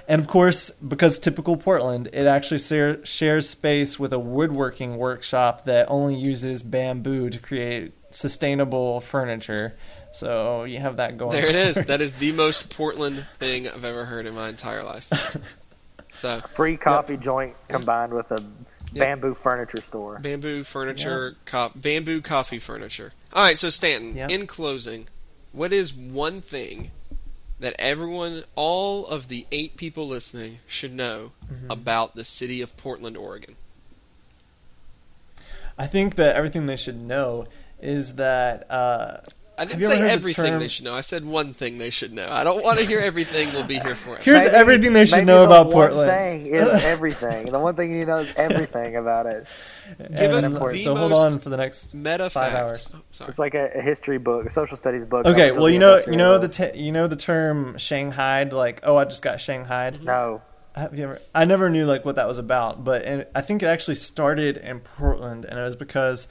Speaker 1: and of course, because typical Portland, it actually ser- shares space with a woodworking workshop that only uses bamboo to create sustainable furniture. So you have that going.
Speaker 3: There it is.
Speaker 1: for
Speaker 3: That is the most Portland thing I've ever heard in my entire life. So,
Speaker 2: Free coffee joint combined with a bamboo furniture store.
Speaker 3: bamboo furniture, co- bamboo coffee furniture. All right, so Stanton,
Speaker 1: Yeah.
Speaker 3: in closing, what is one thing that everyone, all of the eight people listening, should know
Speaker 1: Mm-hmm.
Speaker 3: about the city of Portland, Oregon?
Speaker 1: I think that everything they should know is that. Uh,
Speaker 3: I didn't
Speaker 1: you ever
Speaker 3: say
Speaker 1: heard the
Speaker 3: everything
Speaker 1: term-
Speaker 3: they should know. I said one thing they should know. I don't want to hear everything. We'll be here forever.
Speaker 1: Here's
Speaker 2: Maybe-
Speaker 1: everything they should
Speaker 2: maybe
Speaker 1: know
Speaker 2: the
Speaker 1: about
Speaker 2: one
Speaker 1: Portland.
Speaker 2: Thing is everything. the one thing you know is everything about it.
Speaker 3: Give us
Speaker 1: And,
Speaker 3: the
Speaker 1: so hold
Speaker 3: most
Speaker 1: on for the next
Speaker 3: Meta
Speaker 1: five
Speaker 3: fact.
Speaker 1: hours.
Speaker 3: Oh, sorry.
Speaker 2: It's like a, a history book, a social studies book.
Speaker 1: Okay,
Speaker 2: That
Speaker 1: well you know
Speaker 2: doesn't have
Speaker 1: you know the
Speaker 2: history
Speaker 1: te- you know the term Shanghai like oh I just got Shanghaied.
Speaker 2: of- no.
Speaker 1: Have you ever? I never knew like what that was about, but and I think it actually started in Portland, and it was because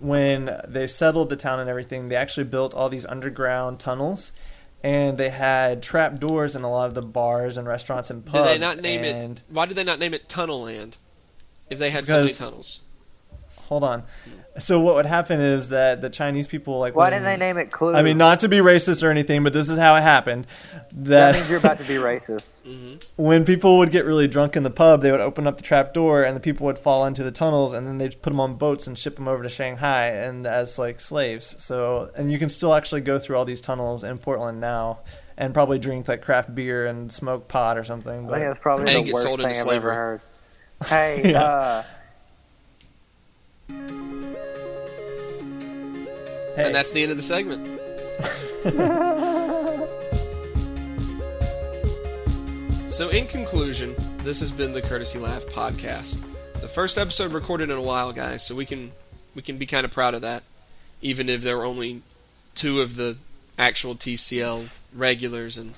Speaker 1: when they settled the town and everything, they actually built all these underground tunnels, and they had trap doors in a lot of the bars and restaurants and
Speaker 3: Did
Speaker 1: pubs.
Speaker 3: they not name
Speaker 1: and-
Speaker 3: it? Why did they not name it Tunnel Land? If they had so many
Speaker 1: Because-
Speaker 3: tunnels,
Speaker 1: Hold on. So what would happen is that the Chinese people like
Speaker 2: Why
Speaker 1: when-
Speaker 2: didn't they name it Clue?
Speaker 1: I mean, not to be racist or anything, but this is how it happened.
Speaker 2: that
Speaker 1: That,
Speaker 2: means you're about to be racist.
Speaker 1: when people would get really drunk in the pub, they would open up the trap door, and the people would fall into the tunnels, and then they'd put them on boats and ship them over to Shanghai and as like slaves. So, and you can still actually go through all these tunnels in Portland now, and probably drink like craft beer and smoke pot or something.
Speaker 2: I think
Speaker 1: But
Speaker 2: that's probably
Speaker 3: And
Speaker 2: the
Speaker 3: get
Speaker 2: worst
Speaker 3: sold
Speaker 2: thing
Speaker 3: into
Speaker 2: I've
Speaker 3: slavery.
Speaker 2: ever heard. Hey,
Speaker 1: Yeah.
Speaker 2: uh,
Speaker 1: hey,
Speaker 3: and that's the end of the segment. so, in conclusion, this has been the Courtesy Laugh podcast. The first episode recorded in a while, guys, so we can we can be kind of proud of that, even if there were only two of the actual TCL regulars and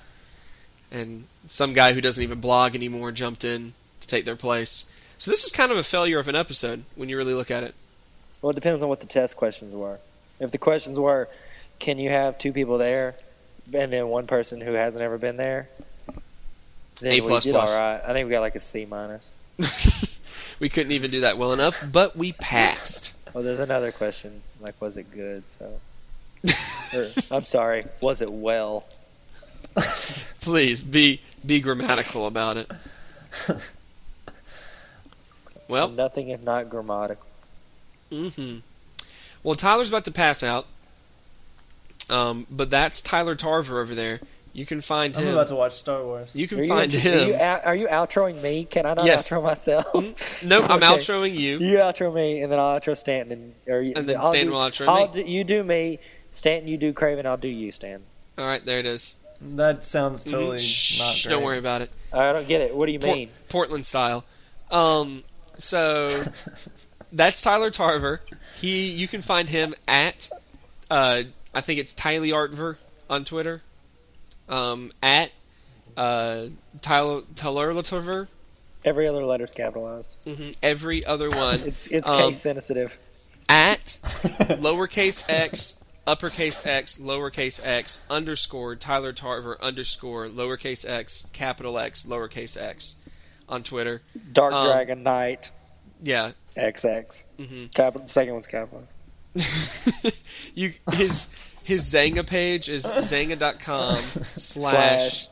Speaker 3: and some guy who doesn't even blog anymore jumped in to take their place. So this is kind of a failure of an episode when you really look at it.
Speaker 5: Well, it depends on what the test questions were. If the questions were, can you have two people there, and then one person who hasn't ever been there, then
Speaker 3: A
Speaker 5: we
Speaker 3: plus
Speaker 5: did
Speaker 3: plus.
Speaker 5: all right. I think we got like a C minus.
Speaker 3: we couldn't even do that well enough, but we passed.
Speaker 5: Well, there's another question. Like, was it good? So, or, I'm sorry. Was it well?
Speaker 3: Please be be grammatical about it. Well,
Speaker 5: Nothing if not grammatical.
Speaker 3: hmm well, Tyler's about to pass out, um, but that's Tyler Tarver over there. You can find
Speaker 1: I'm
Speaker 3: him.
Speaker 1: about to watch Star Wars.
Speaker 3: you
Speaker 5: Are
Speaker 3: can
Speaker 5: you,
Speaker 3: find
Speaker 5: Are you,
Speaker 3: him.
Speaker 5: out, are you outroing me? Can I not
Speaker 3: Yes.
Speaker 5: outro myself?
Speaker 3: no, I'm
Speaker 5: Okay.
Speaker 3: outroing you.
Speaker 5: You outro me, and then I'll outro Stanton, and, or you-
Speaker 3: And then
Speaker 5: I'll
Speaker 3: Stanton
Speaker 5: do,
Speaker 3: will outro
Speaker 5: I'll
Speaker 3: me.
Speaker 5: Do, you do me, Stanton. You do Craven. I'll do you, Stan.
Speaker 3: All right, there it is.
Speaker 1: That sounds
Speaker 3: Mhm.
Speaker 1: totally
Speaker 3: Shh,
Speaker 1: not great.
Speaker 3: don't worry about it.
Speaker 5: I don't get it. What do you
Speaker 3: Por-
Speaker 5: mean?
Speaker 3: Portland style. Um, so that's Tyler Tarver. He you can find him at uh, I think it's Tyler Artver on Twitter. Um, at uh, Tyler Tyler Tarver.
Speaker 5: Every other letter's capitalized.
Speaker 3: hmm Every other one.
Speaker 5: It's it's
Speaker 3: Um,
Speaker 5: case sensitive.
Speaker 3: at lowercase x uppercase x lowercase x underscore tyler tarver underscore lowercase x capital x lowercase x on twitter
Speaker 5: Dark
Speaker 3: um,
Speaker 5: Dragon Knight
Speaker 3: yeah
Speaker 5: XX.
Speaker 3: mm-hmm.
Speaker 5: Capital. The second one's capitalized.
Speaker 3: you his his Zanga page is zanga.com slash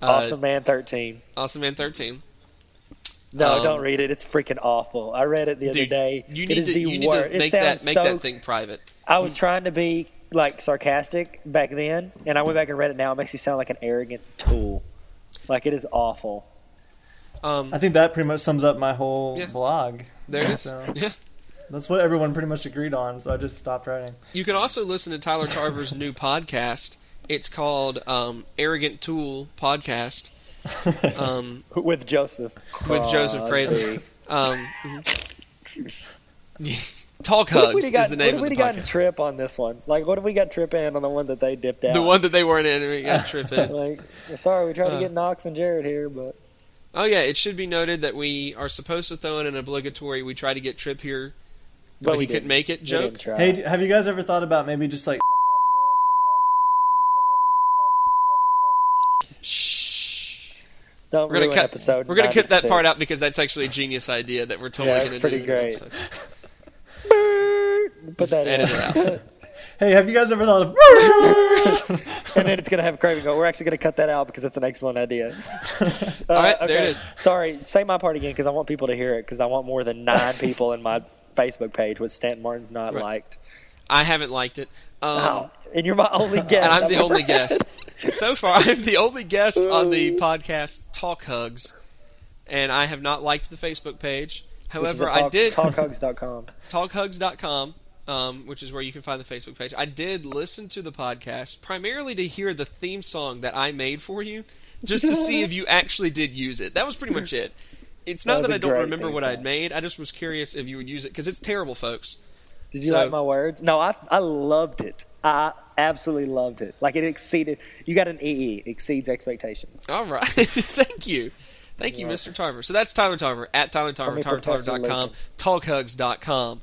Speaker 3: uh,
Speaker 5: awesome Man Thirteen.
Speaker 3: awesome man 13
Speaker 5: No,
Speaker 3: um,
Speaker 5: don't read it. It's freaking awful. I read it the other
Speaker 3: dude
Speaker 5: day.
Speaker 3: you
Speaker 5: It
Speaker 3: need
Speaker 5: is
Speaker 3: to
Speaker 5: the
Speaker 3: you need
Speaker 5: worst.
Speaker 3: to
Speaker 5: It
Speaker 3: make that
Speaker 5: sounds
Speaker 3: make
Speaker 5: so-
Speaker 3: that thing private
Speaker 5: I was trying to be like sarcastic back then, and I went back and read it now. It makes you sound like an arrogant tool. Like it is awful.
Speaker 3: um
Speaker 1: I think that pretty much sums up my whole
Speaker 3: Yeah.
Speaker 1: blog.
Speaker 3: Um, there it is
Speaker 1: So-
Speaker 3: yeah
Speaker 1: That's what everyone pretty much agreed on, so I just stopped writing.
Speaker 3: You can also listen to Tyler Tarver's new podcast. It's called um, Arrogant Tool Podcast um,
Speaker 5: with Joseph.
Speaker 3: with Joseph Craven. Um, mhm. Talk Hugs is the name of
Speaker 5: what have
Speaker 3: the
Speaker 5: we gotten
Speaker 3: podcast.
Speaker 5: Trip on this one? Like, what have we got Trip in on the one that they dipped out?
Speaker 3: the one Uh, that they weren't in, and we got tripping.
Speaker 5: Like, sorry, we tried to get Knox and Jared here, but
Speaker 3: Oh yeah, it should be noted that we are supposed to throw in an obligatory. We try to get Trip here, but,
Speaker 5: we
Speaker 3: he couldn't
Speaker 5: didn't.
Speaker 3: make it.
Speaker 5: We
Speaker 3: Joke.
Speaker 5: didn't try.
Speaker 1: Hey, d- have you guys ever thought about maybe just like
Speaker 3: Shh.
Speaker 5: don't
Speaker 3: We're gonna
Speaker 5: ruin
Speaker 3: cut.
Speaker 5: episode.
Speaker 3: we're gonna cut that part out
Speaker 5: 96.
Speaker 3: because that's actually a genius idea that we're totally
Speaker 5: Yeah,
Speaker 3: gonna
Speaker 5: it's
Speaker 3: do.
Speaker 5: pretty
Speaker 3: in an
Speaker 5: great.
Speaker 3: episode.
Speaker 5: put that in,
Speaker 3: Edit it out.
Speaker 1: hey, have you guys ever thought of
Speaker 5: and then it's gonna have Craven go. We're actually gonna cut that out because that's an excellent idea.
Speaker 3: All right, there it is.
Speaker 5: Sorry, say my part again because I want people to hear it because I want more than nine people in my Facebook page, which Stanton Martin's not
Speaker 3: Right.
Speaker 5: liked.
Speaker 3: I haven't liked it. Um,
Speaker 5: Oh, and you're my only guest.
Speaker 3: And I'm the only guest. So far, I'm the only guest on the podcast Talk Hugs, and I have not liked the Facebook page. However, I did
Speaker 5: Talkhugs.com.
Speaker 3: talkhugs.com, um, which is where you can find the Facebook page. I did listen to the podcast primarily to hear the theme song that I made for you, just to see if you actually did use it. That was pretty much it. It's not that,
Speaker 5: That was
Speaker 3: I
Speaker 5: a
Speaker 3: don't
Speaker 5: great
Speaker 3: remember
Speaker 5: theme
Speaker 3: what I'd
Speaker 5: song.
Speaker 3: made. I just was curious if you would use it because it's terrible, folks.
Speaker 5: Did you
Speaker 3: So-
Speaker 5: like my words? No, I I loved it. I absolutely loved it. Like it exceeded. You got an EE. Exceeds expectations.
Speaker 3: All right. Thank you. Thank you, Mr. Tarver. So that's Tyler Tarver at Tyler Tarver,
Speaker 5: me,
Speaker 3: TylerTarver.com, TalkHugs.com.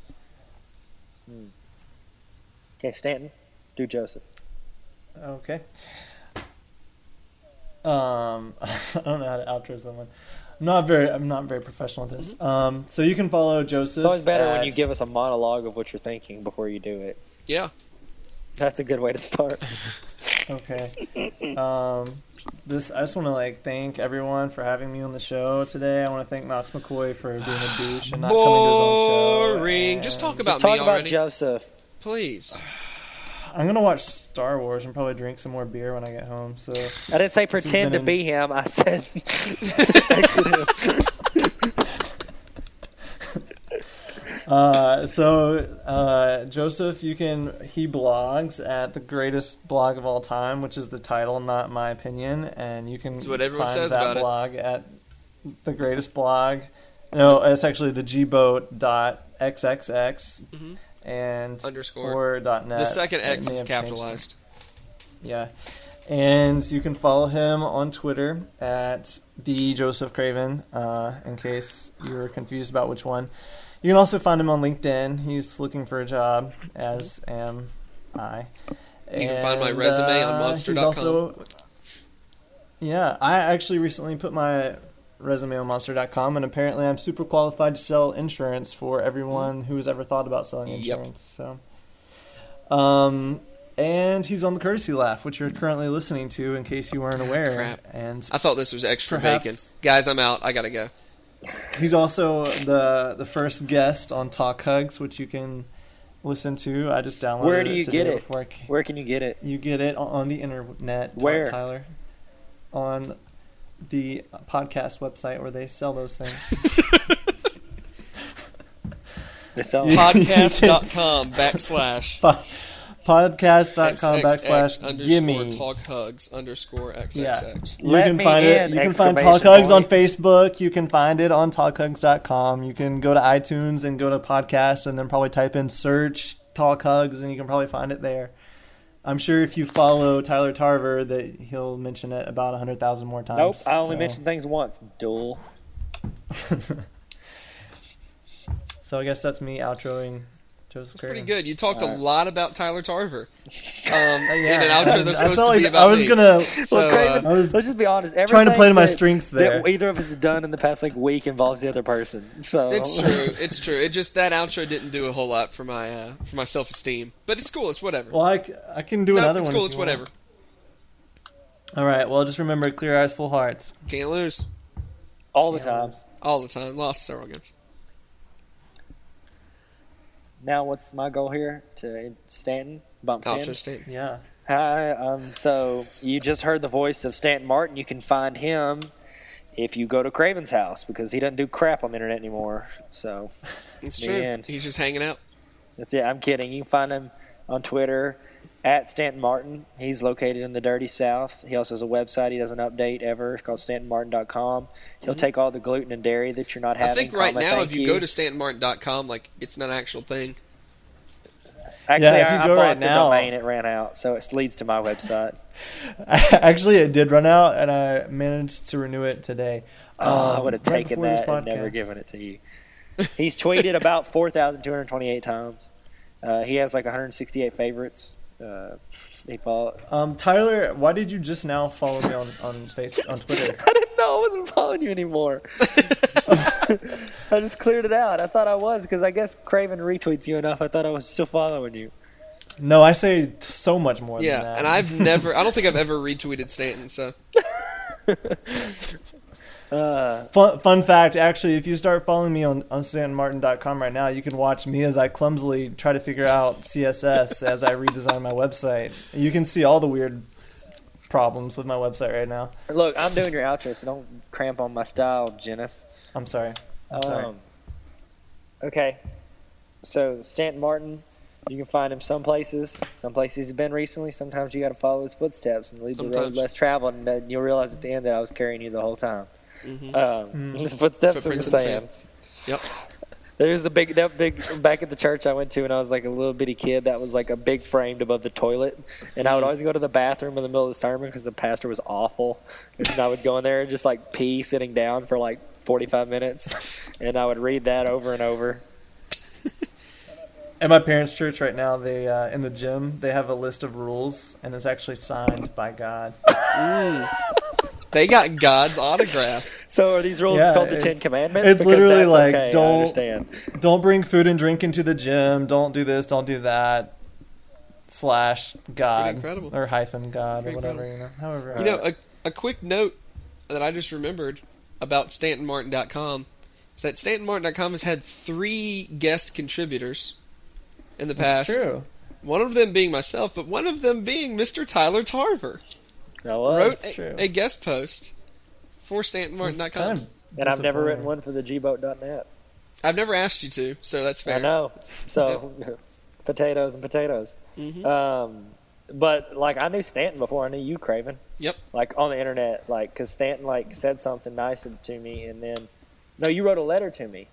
Speaker 5: Okay, Stanton, do Joseph.
Speaker 1: Okay. Um, I don't know how to outro someone. I'm not very. I'm not very professional at this. Um, so you can follow Joseph.
Speaker 5: It's always better when
Speaker 1: at-
Speaker 5: you give us a monologue of what you're thinking before you do it.
Speaker 3: Yeah.
Speaker 5: That's a good way to start.
Speaker 1: Okay. Um, this I just want to like thank everyone for having me on the show today. I want to thank Knox McCoy for being a douche and not coming to his own show.
Speaker 3: Boring.
Speaker 1: and-
Speaker 3: Just talk about
Speaker 5: Just talk
Speaker 3: me
Speaker 5: about
Speaker 3: already.
Speaker 5: Joseph.
Speaker 3: Please.
Speaker 1: I'm gonna watch Star Wars and probably drink some more beer when I get home. So
Speaker 5: I didn't say
Speaker 1: has
Speaker 5: pretend to
Speaker 1: been
Speaker 5: be him. I said
Speaker 1: Uh, so uh, Joseph, you can he blogs at the greatest blog of all time, which is the title, not my opinion, and you can
Speaker 3: It's what everyone
Speaker 1: find
Speaker 3: says
Speaker 1: that
Speaker 3: about it.
Speaker 1: blog at the greatest blog. No, it's actually the gboat dot xxx and
Speaker 3: Mm-hmm. Underscore.
Speaker 1: or dot net.
Speaker 5: Uh,
Speaker 3: The second
Speaker 1: It may
Speaker 3: X
Speaker 1: have
Speaker 3: is
Speaker 1: changed.
Speaker 3: capitalized.
Speaker 1: Yeah. And you can follow him on Twitter at the Joseph Craven, uh, in case you're confused about which one. You can also find him on LinkedIn. He's looking for a job, as am I. uh,
Speaker 3: You can find my resume on monster dot com.
Speaker 1: yeah, I actually recently put my resume on monster.com, and apparently I'm super qualified to sell insurance for everyone who has ever thought about selling
Speaker 3: Yep.
Speaker 1: insurance. So, um, and he's on the courtesy laugh, which you're currently listening to, in case you weren't aware.
Speaker 3: Crap.
Speaker 1: And
Speaker 3: I thought this was extra
Speaker 1: Perhaps-
Speaker 3: bacon. Guys, I'm out. I got to go.
Speaker 1: he's also the the first guest on Talk Hugs, which you can listen to. I just downloaded.
Speaker 5: Where do you
Speaker 1: today
Speaker 5: get it?
Speaker 1: before I ca-
Speaker 5: Where can you get it?
Speaker 1: You get it on- on the internet. Ty-
Speaker 5: Where?
Speaker 1: Tyler? On the podcast website where they sell those things.
Speaker 5: It's all
Speaker 3: Podcast.com backslash
Speaker 1: Podcast.com
Speaker 3: XXX
Speaker 1: backslash
Speaker 3: underscore
Speaker 1: gimme.
Speaker 3: talk hugs underscore
Speaker 1: Yeah.
Speaker 3: XXX.
Speaker 1: You
Speaker 5: Let
Speaker 1: can
Speaker 5: me
Speaker 1: find it.
Speaker 5: in,
Speaker 1: You can find Talk
Speaker 5: exclamation
Speaker 1: Hugs on
Speaker 5: point.
Speaker 1: Facebook. You can find it on talkhugs.com. You can go to iTunes and go to podcasts and then probably type in search Talk Hugs and you can probably find it there. I'm sure if you follow Tyler Tarver that he'll mention it about 100,000 more times.
Speaker 5: Nope, I only
Speaker 1: So-
Speaker 5: mentioned things once. Duel.
Speaker 1: So I guess that's me outroing Joseph That's
Speaker 3: Pretty good. You talked a lot about Tyler Tarver. Um, In an
Speaker 1: I-
Speaker 3: outro that's
Speaker 1: I
Speaker 3: supposed
Speaker 1: felt
Speaker 3: to be
Speaker 1: like
Speaker 3: about
Speaker 1: I was
Speaker 3: me.
Speaker 1: gonna.
Speaker 3: So, uh,
Speaker 5: Look, Craven,
Speaker 1: I was
Speaker 5: let's just be honest.
Speaker 1: trying to play to my
Speaker 5: Everything
Speaker 1: strengths there.
Speaker 5: That either of us has done in the past like week involves the other person. So
Speaker 3: It's true. It's true. It just that outro didn't do a whole lot for my uh, for my self esteem. But it's cool. It's whatever.
Speaker 1: well, I, c- I can do
Speaker 3: No,
Speaker 1: another
Speaker 3: it's
Speaker 1: one.
Speaker 3: cool.
Speaker 1: if
Speaker 3: It's
Speaker 1: you want.
Speaker 3: whatever.
Speaker 1: All right. Well, just remember: clear eyes, full hearts.
Speaker 3: Can't lose
Speaker 5: all the time.
Speaker 3: all the time. Lost several games.
Speaker 5: Now what's my goal here? To Stanton bump Stanton.
Speaker 3: Outro Stanton.
Speaker 1: Yeah.
Speaker 5: Hi. Um, so you just heard the voice of Stanton Martin. You can find him if you go to Craven's house because he doesn't do crap on the internet anymore. So
Speaker 3: It's
Speaker 5: The
Speaker 3: true.
Speaker 5: end.
Speaker 3: He's just hanging out.
Speaker 5: that's it. I'm kidding. You can find him on Twitter at Stanton Martin. He's located in the Dirty South. He also has a website he doesn't update ever It's called StantonMartin.com. He'll take all the gluten and dairy that you're not having.
Speaker 3: Mm-hmm. I think right
Speaker 5: comma,
Speaker 3: now,
Speaker 5: thank
Speaker 3: if you, go to stantonmartin.com, like it's not an actual thing.
Speaker 5: actually,
Speaker 1: Yeah, if
Speaker 5: I,
Speaker 1: you
Speaker 5: I
Speaker 1: go
Speaker 5: bought
Speaker 1: right
Speaker 5: the
Speaker 1: now-
Speaker 5: domain, it ran out, so it leads to my website.
Speaker 1: Actually, it did run out, and I managed to renew it today.
Speaker 5: Oh, I
Speaker 1: Um,
Speaker 5: would have
Speaker 1: right
Speaker 5: taken
Speaker 1: before this
Speaker 5: that and never
Speaker 1: podcast.
Speaker 5: given it to you. He's tweeted about 4,228 times. Uh, he has like 168 favorites. Uh, he follow-
Speaker 1: Um, Tyler, why did you just now follow me on on face on Twitter?
Speaker 5: I didn't know I wasn't following you anymore. I just cleared it out. I thought I was because I guess Craven retweets you enough. I thought I was still following you.
Speaker 1: No, I say t- so much
Speaker 5: Oh,
Speaker 1: more. than
Speaker 3: Yeah,
Speaker 1: that.
Speaker 3: and I've never. I don't think I've ever retweeted Stanton. So
Speaker 1: Fun, fun fact, actually, if you start following me on, on stantonmartin.com right now, you can watch me as I clumsily try to figure out CSS as I redesign my website. You can see all the weird problems with my website right now.
Speaker 5: Look, I'm doing your outro, so don't cramp on my style, Janice.
Speaker 1: I'm sorry. I'm sorry.
Speaker 5: Um, okay. So Stanton Martin, you can find him some places. Some places he's been recently. Sometimes you got to follow his footsteps and leave the road
Speaker 3: Sometimes.
Speaker 5: less traveled, and then you'll realize at the end that I was carrying you the whole time. Um,
Speaker 1: Mm.
Speaker 5: His footsteps in the
Speaker 3: Footprints in the
Speaker 5: sand.
Speaker 3: Yep.
Speaker 5: There's a big that big back at the church I went to when I was like a little bitty kid. That was like a big framed above the toilet, and
Speaker 1: Mm.
Speaker 5: I would always go to the bathroom in the middle of the sermon because the pastor was awful. And I would go in there and just like pee sitting down for like 45 minutes, and I would read that over and over.
Speaker 1: At my parents' church right now, they uh, in the gym, they have a list of rules, and it's actually signed by God.
Speaker 3: they got God's autograph.
Speaker 5: So are these rules
Speaker 1: Yeah,
Speaker 5: called the
Speaker 1: it's-
Speaker 5: Ten Commandments?
Speaker 1: it's literally like,
Speaker 5: okay, I
Speaker 1: don't-
Speaker 5: understand.
Speaker 1: Don't bring food and drink into the gym. Don't do this. Don't do that. Slash God
Speaker 3: incredible.
Speaker 1: or hyphen God or
Speaker 3: Pretty
Speaker 1: whatever you know. However,
Speaker 3: You know,
Speaker 5: Uh.
Speaker 3: a, a quick note that I just remembered about StantonMartin.com is that StantonMartin.com has had three guest contributors in the
Speaker 1: it's
Speaker 3: past.
Speaker 1: true.
Speaker 3: One of them being myself, but one of them being Mr. Tyler Tarver.
Speaker 5: I was.
Speaker 3: Wrote
Speaker 1: true.
Speaker 3: a, a guest post for StantonMartin.com.
Speaker 1: Kind of
Speaker 5: and I've never written
Speaker 1: disappointing.
Speaker 5: one for the gboat.net.
Speaker 3: I've never asked you to, so that's fair.
Speaker 5: I know. So potatoes and potatoes.
Speaker 3: Mm-hmm.
Speaker 5: Um, but like I knew Stanton before I knew you, Craven.
Speaker 3: Yep.
Speaker 5: Like on the internet, like because Stanton like said something nice to me, and then no, you wrote a letter to me,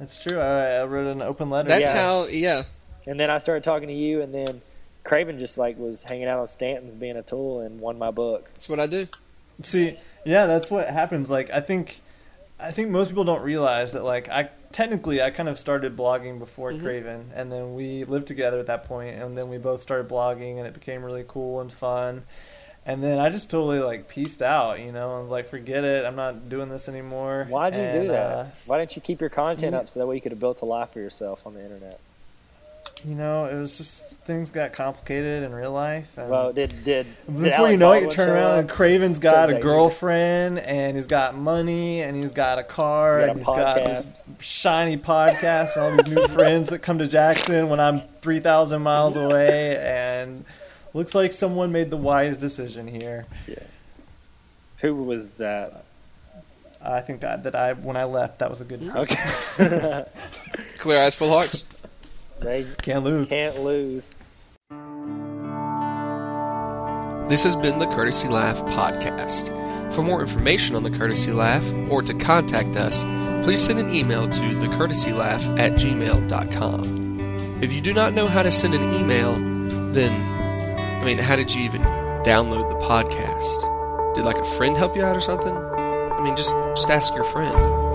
Speaker 1: It's true. I, I wrote an open letter.
Speaker 3: That's
Speaker 5: Yeah.
Speaker 3: how, yeah.
Speaker 5: and then I started talking to you, and then Craven just like was hanging out on Stanton's being a tool and won my book.
Speaker 3: That's what I do.
Speaker 1: See, yeah, that's what happens. Like, I think, I think most people don't realize that. Like, I technically I kind of started blogging before
Speaker 5: Mm-hmm.
Speaker 1: Craven, and then we lived together at that point, and then we both started blogging, and it became really cool and fun. And then I just totally like pieced out, you know. I was like, forget it. I'm not doing this anymore.
Speaker 5: Why'd you
Speaker 1: And,
Speaker 5: do that?
Speaker 1: uh, Mm-hmm.
Speaker 5: Why didn't you keep your content up so that way you could have built a life for yourself on the internet?
Speaker 1: you know, it was just things got complicated in real life. And
Speaker 5: Well, did did did
Speaker 1: Before
Speaker 5: Alec
Speaker 1: you know it, you
Speaker 5: Baldwin
Speaker 1: turn
Speaker 5: show
Speaker 1: around
Speaker 5: up?
Speaker 1: and Craven's got a
Speaker 5: Showed that
Speaker 1: girlfriend, and he's got money, and he's got a car,
Speaker 5: He's got a
Speaker 1: and he's got
Speaker 5: podcast.
Speaker 1: this shiny podcast, and all these new friends that come to Jackson when I'm 3,000 miles away. And looks like someone made the wise decision here.
Speaker 5: Who was that?
Speaker 1: I think that, that I when I left, that was a good decision.
Speaker 5: Okay,
Speaker 3: Clear eyes, full hearts.
Speaker 5: they
Speaker 1: Can't lose.
Speaker 5: can't lose.
Speaker 3: This has been the Courtesy Laugh Podcast. For more information on the Courtesy Laugh or to contact us, please send an email to thecourtesylaugh at gmail.com. If you do not know how to send an email, then, I mean, how did you even download the podcast? Did like a friend help you out or something? I mean, just, just ask your friend.